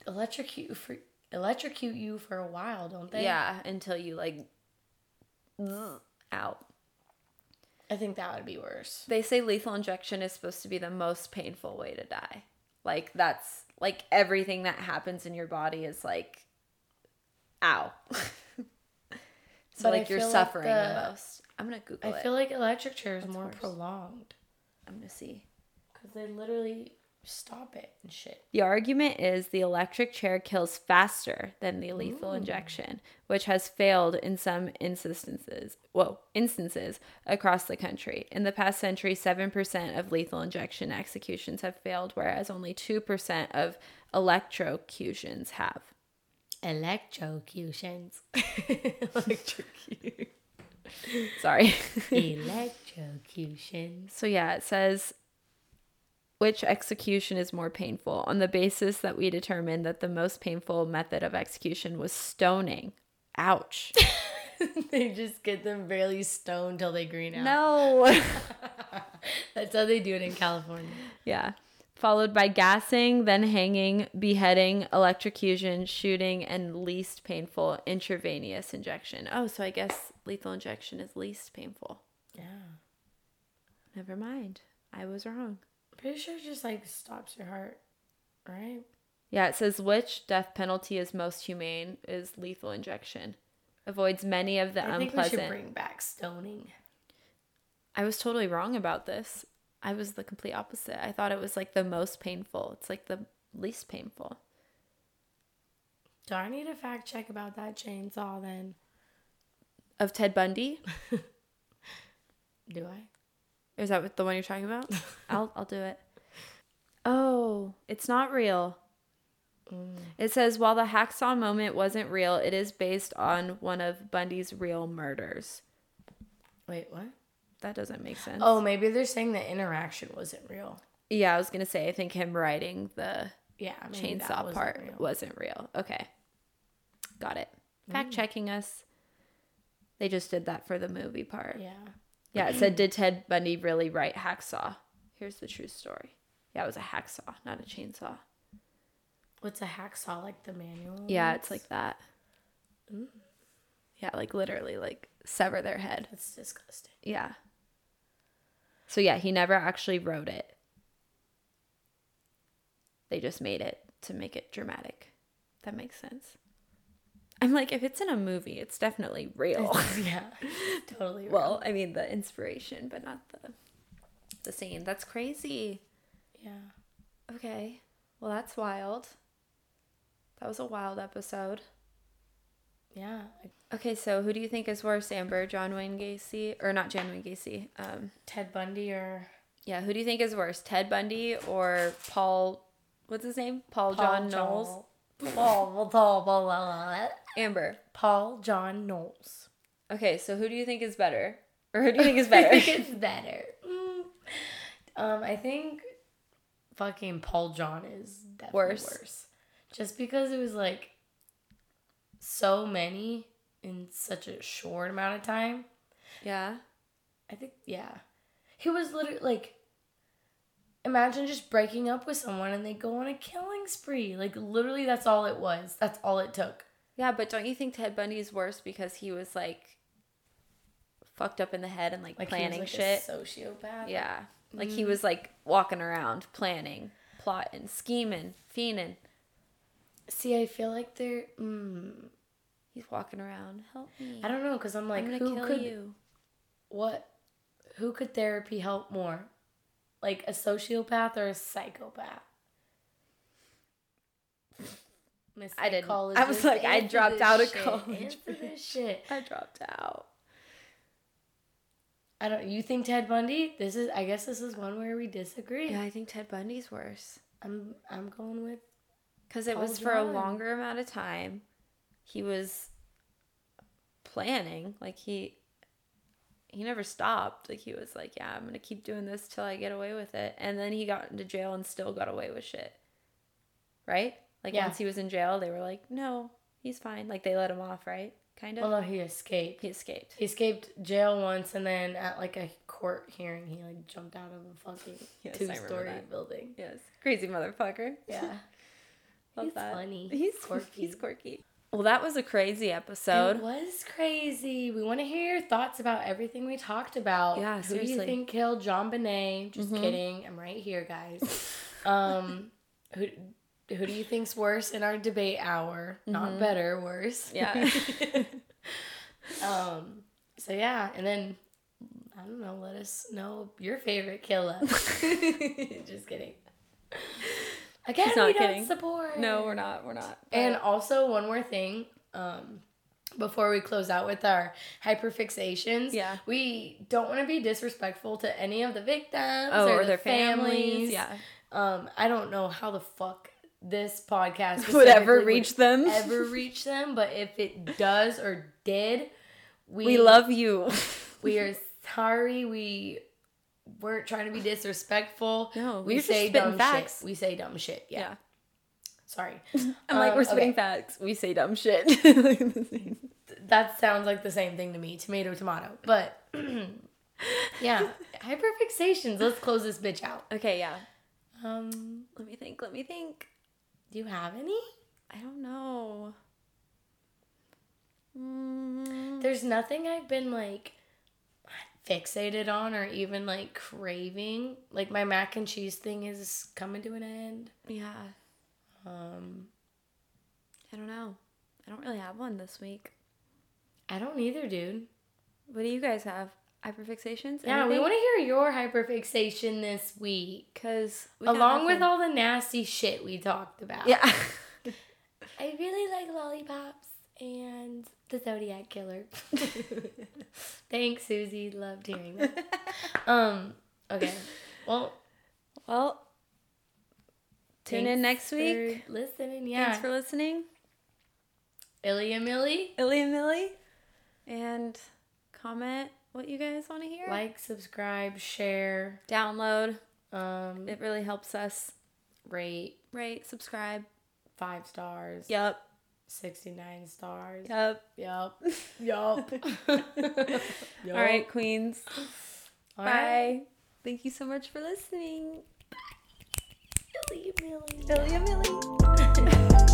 [SPEAKER 2] electrocute you for electrocute you for a while, don't they?
[SPEAKER 1] Yeah, until you like out.
[SPEAKER 2] I think that would be worse.
[SPEAKER 1] They say lethal injection is supposed to be the most painful way to die. Like that's like everything that happens in your body is like ow. so
[SPEAKER 2] But I
[SPEAKER 1] like you're
[SPEAKER 2] feel like
[SPEAKER 1] suffering the,
[SPEAKER 2] the-
[SPEAKER 1] most. I'm gonna Google
[SPEAKER 2] I
[SPEAKER 1] it.
[SPEAKER 2] feel like electric chair is more
[SPEAKER 1] worse.
[SPEAKER 2] prolonged
[SPEAKER 1] I'm gonna see.
[SPEAKER 2] because they literally stop it and shit.
[SPEAKER 1] The argument is the electric chair kills faster than the lethal injection, which has failed in some instances. Whoa, instances across the country. In the past century, 7% of lethal injection executions have failed, whereas only 2% of electrocutions have.
[SPEAKER 2] Electrocutions.
[SPEAKER 1] Electrocute. Sorry.
[SPEAKER 2] Electrocutions.
[SPEAKER 1] So yeah, it says which execution is more painful on the basis that we determined that the most painful method of execution was stoning. Ouch.
[SPEAKER 2] they just get them barely stoned till they green out.
[SPEAKER 1] No.
[SPEAKER 2] That's how they do it in California.
[SPEAKER 1] yeah. followed by gassing, then hanging, beheading, electrocution, shooting, and least painful intravenous injection. Oh, so I guess lethal injection is least painful.
[SPEAKER 2] Yeah.
[SPEAKER 1] Never mind. I was wrong.
[SPEAKER 2] Pretty sure it just like stops your heart, right?
[SPEAKER 1] Yeah, it says which death penalty is most humane is lethal injection. Avoids many of the
[SPEAKER 2] I think we should
[SPEAKER 1] unpleasant.
[SPEAKER 2] bring back stoning.
[SPEAKER 1] I was totally wrong about this. I was the complete opposite. I thought it was like the most painful. It's like the least painful.
[SPEAKER 2] Do I need a fact check about that chainsaw then?
[SPEAKER 1] Of Ted Bundy?
[SPEAKER 2] Do I?
[SPEAKER 1] Is that what the one you're talking about? I'll I'll do it. Oh, it's not real.
[SPEAKER 2] Mm.
[SPEAKER 1] It says while the hacksaw moment wasn't real, it is based on one of Bundy's real murders.
[SPEAKER 2] Wait, what?
[SPEAKER 1] That doesn't make sense.
[SPEAKER 2] Oh, maybe they're saying the interaction wasn't real.
[SPEAKER 1] yeah, I was gonna say I think him writing the
[SPEAKER 2] Yeah, maybe that
[SPEAKER 1] chainsaw
[SPEAKER 2] wasn't
[SPEAKER 1] part
[SPEAKER 2] real.
[SPEAKER 1] wasn't real. Okay, got it. Fact
[SPEAKER 2] Mm.
[SPEAKER 1] checking us. They just did that for the movie part.
[SPEAKER 2] Yeah.
[SPEAKER 1] Yeah, it said, Did Ted Bundy really write Hacksaw? Here's the true story. Yeah, it was a hacksaw, not a chainsaw.
[SPEAKER 2] What's a hacksaw like the manual?
[SPEAKER 1] Yeah,
[SPEAKER 2] ones?
[SPEAKER 1] it's like that. Yeah, like literally, like sever their head.
[SPEAKER 2] that's disgusting.
[SPEAKER 1] Yeah. So, yeah, he never actually wrote it. They just made it to make it dramatic. That makes sense. I'm like, if it's in a movie, it's definitely real.
[SPEAKER 2] yeah, totally. Well,
[SPEAKER 1] well, I mean, the inspiration, but not the the scene. That's crazy.
[SPEAKER 2] yeah.
[SPEAKER 1] Okay. Well, that's wild. That was a wild episode.
[SPEAKER 2] Yeah. Like
[SPEAKER 1] Okay, so who do you think is worse, Amber, John Wayne Gacy, or not John Wayne Gacy? Um,
[SPEAKER 2] Ted Bundy or
[SPEAKER 1] yeah, who do you think is worse, Ted Bundy or Paul? What's his name? Paul, John Knowles.
[SPEAKER 2] Paul, Paul, Paul, Paul,
[SPEAKER 1] Amber.
[SPEAKER 2] Paul John Knowles.
[SPEAKER 1] Okay, so who do you think is better, or who do you think is
[SPEAKER 2] I
[SPEAKER 1] better?
[SPEAKER 2] think it's better. Mm. Um, I think fucking Paul John is definitely
[SPEAKER 1] Worse.
[SPEAKER 2] worse. Just because it was like so many in such a short amount of time.
[SPEAKER 1] yeah.
[SPEAKER 2] I think yeah. He was literally like imagine just breaking up with someone and they go on a killing spree. Like literally that's all it was. That's all it took.
[SPEAKER 1] Yeah, but don't you think Ted Bundy is worse because he was like fucked up in the head and like,
[SPEAKER 2] Like he was,
[SPEAKER 1] planning
[SPEAKER 2] like, a Mm.
[SPEAKER 1] shit?
[SPEAKER 2] sociopath.
[SPEAKER 1] Yeah. Like he was like walking around, planning, plotting, scheming, fiending.
[SPEAKER 2] See, I feel like they're mm,
[SPEAKER 1] He's walking around. Help me.
[SPEAKER 2] I don't know cuz I'm like
[SPEAKER 1] I'm gonna
[SPEAKER 2] who
[SPEAKER 1] kill
[SPEAKER 2] could
[SPEAKER 1] you.
[SPEAKER 2] what who could therapy help more? Like a sociopath or a psychopath? Miss
[SPEAKER 1] I didn't-
[SPEAKER 2] Psychologist,
[SPEAKER 1] I was like, I
[SPEAKER 2] answer
[SPEAKER 1] dropped
[SPEAKER 2] this
[SPEAKER 1] out of
[SPEAKER 2] shit,
[SPEAKER 1] college.
[SPEAKER 2] answer this shit.
[SPEAKER 1] I dropped out.
[SPEAKER 2] I don't. You think Ted Bundy? This is. I guess this is one where we disagree.
[SPEAKER 1] Yeah, I think Ted Bundy's worse.
[SPEAKER 2] I'm. I'm going with.
[SPEAKER 1] Because it was
[SPEAKER 2] Hold
[SPEAKER 1] for a
[SPEAKER 2] on.
[SPEAKER 1] longer amount of time. He was planning. Like he he never stopped. Like he was like, Yeah, I'm gonna keep doing this till I get away with it. And then he got into jail and still got away with shit. Right? Like
[SPEAKER 2] Yeah.
[SPEAKER 1] once he was in jail, they were like, No, he's fine. Like they let him off, right? Kind of.
[SPEAKER 2] Well, no, he escaped.
[SPEAKER 1] he escaped.
[SPEAKER 2] He escaped jail once, and then at like a court hearing, he like jumped out of a fucking
[SPEAKER 1] Yes, I remember
[SPEAKER 2] two-story
[SPEAKER 1] that.
[SPEAKER 2] building.
[SPEAKER 1] Yes. Crazy motherfucker.
[SPEAKER 2] Yeah,
[SPEAKER 1] Love
[SPEAKER 2] he's
[SPEAKER 1] that.
[SPEAKER 2] funny.
[SPEAKER 1] He's quirky. He's quirky. Well, that was a crazy episode.
[SPEAKER 2] It was crazy. We want to hear your thoughts about everything we talked about.
[SPEAKER 1] Yeah,
[SPEAKER 2] Who do
[SPEAKER 1] seriously.
[SPEAKER 2] you think killed John Bonet? Just
[SPEAKER 1] Mhm.
[SPEAKER 2] kidding. I'm right here, guys. um, who who do you think's worse in our debate hour? Not better, worse.
[SPEAKER 1] Mm-hmm. Yeah.
[SPEAKER 2] um. So yeah, and then I don't know. Let us know your favorite killer. just kidding. Again,
[SPEAKER 1] not
[SPEAKER 2] we don't
[SPEAKER 1] kidding.
[SPEAKER 2] support.
[SPEAKER 1] no, we're not. We're not.
[SPEAKER 2] And also one more thing, um, before we close out with our hyperfixations,
[SPEAKER 1] Yeah.
[SPEAKER 2] we don't want to be disrespectful to any of the victims
[SPEAKER 1] oh,
[SPEAKER 2] or,
[SPEAKER 1] or
[SPEAKER 2] the
[SPEAKER 1] their families. Yeah.
[SPEAKER 2] Yeah. Um, I don't know how the fuck this podcast
[SPEAKER 1] Would ever
[SPEAKER 2] specifically
[SPEAKER 1] reach them.
[SPEAKER 2] would ever reach them, but if it does or did, we
[SPEAKER 1] we love you.
[SPEAKER 2] we are sorry we weren't trying to be disrespectful.
[SPEAKER 1] No,
[SPEAKER 2] we
[SPEAKER 1] you're just
[SPEAKER 2] say
[SPEAKER 1] spitting
[SPEAKER 2] dumb
[SPEAKER 1] facts.
[SPEAKER 2] shit. We say dumb shit. Yeah. Sorry.
[SPEAKER 1] I'm like,
[SPEAKER 2] Um,
[SPEAKER 1] we're spitting
[SPEAKER 2] okay.
[SPEAKER 1] facts. We say dumb shit.
[SPEAKER 2] that sounds like the same thing to me tomato tomato but yeah hyperfixations let's close this bitch out
[SPEAKER 1] okay, yeah.
[SPEAKER 2] Um,
[SPEAKER 1] Let me think. Let me think.
[SPEAKER 2] do you have any?
[SPEAKER 1] I don't know. Mm,
[SPEAKER 2] There's nothing I've been like fixated on or even like craving. Like my mac and cheese thing is coming to an end.
[SPEAKER 1] yeah,
[SPEAKER 2] Um,
[SPEAKER 1] I don't know. I don't really have one this week.
[SPEAKER 2] I don't either, dude.
[SPEAKER 1] What do you guys have? Hyperfixations?
[SPEAKER 2] Yeah, we want to hear your hyperfixation this week.
[SPEAKER 1] because
[SPEAKER 2] Along with all the nasty shit we talked about.
[SPEAKER 1] yeah.
[SPEAKER 2] I really like lollipops and the Zodiac Killer. Thanks, Susie. Loved hearing that. Um, okay. Well,
[SPEAKER 1] well, tune in next
[SPEAKER 2] thanks
[SPEAKER 1] week.
[SPEAKER 2] for listening, yeah.
[SPEAKER 1] Thanks for listening,
[SPEAKER 2] Illy and Millie.
[SPEAKER 1] Illy and Millie, and comment what you guys want to hear.
[SPEAKER 2] Like, subscribe, share,
[SPEAKER 1] download.
[SPEAKER 2] um,
[SPEAKER 1] It really helps us.
[SPEAKER 2] rate
[SPEAKER 1] Rate, subscribe.
[SPEAKER 2] five stars.
[SPEAKER 1] Yep.
[SPEAKER 2] 69 stars.
[SPEAKER 1] Yep.
[SPEAKER 2] Yup. Yup.
[SPEAKER 1] All right, Queens.
[SPEAKER 2] All
[SPEAKER 1] Bye.
[SPEAKER 2] right.
[SPEAKER 1] Thank you so much for listening.
[SPEAKER 2] Illy and Millie.
[SPEAKER 1] Illy and Millie.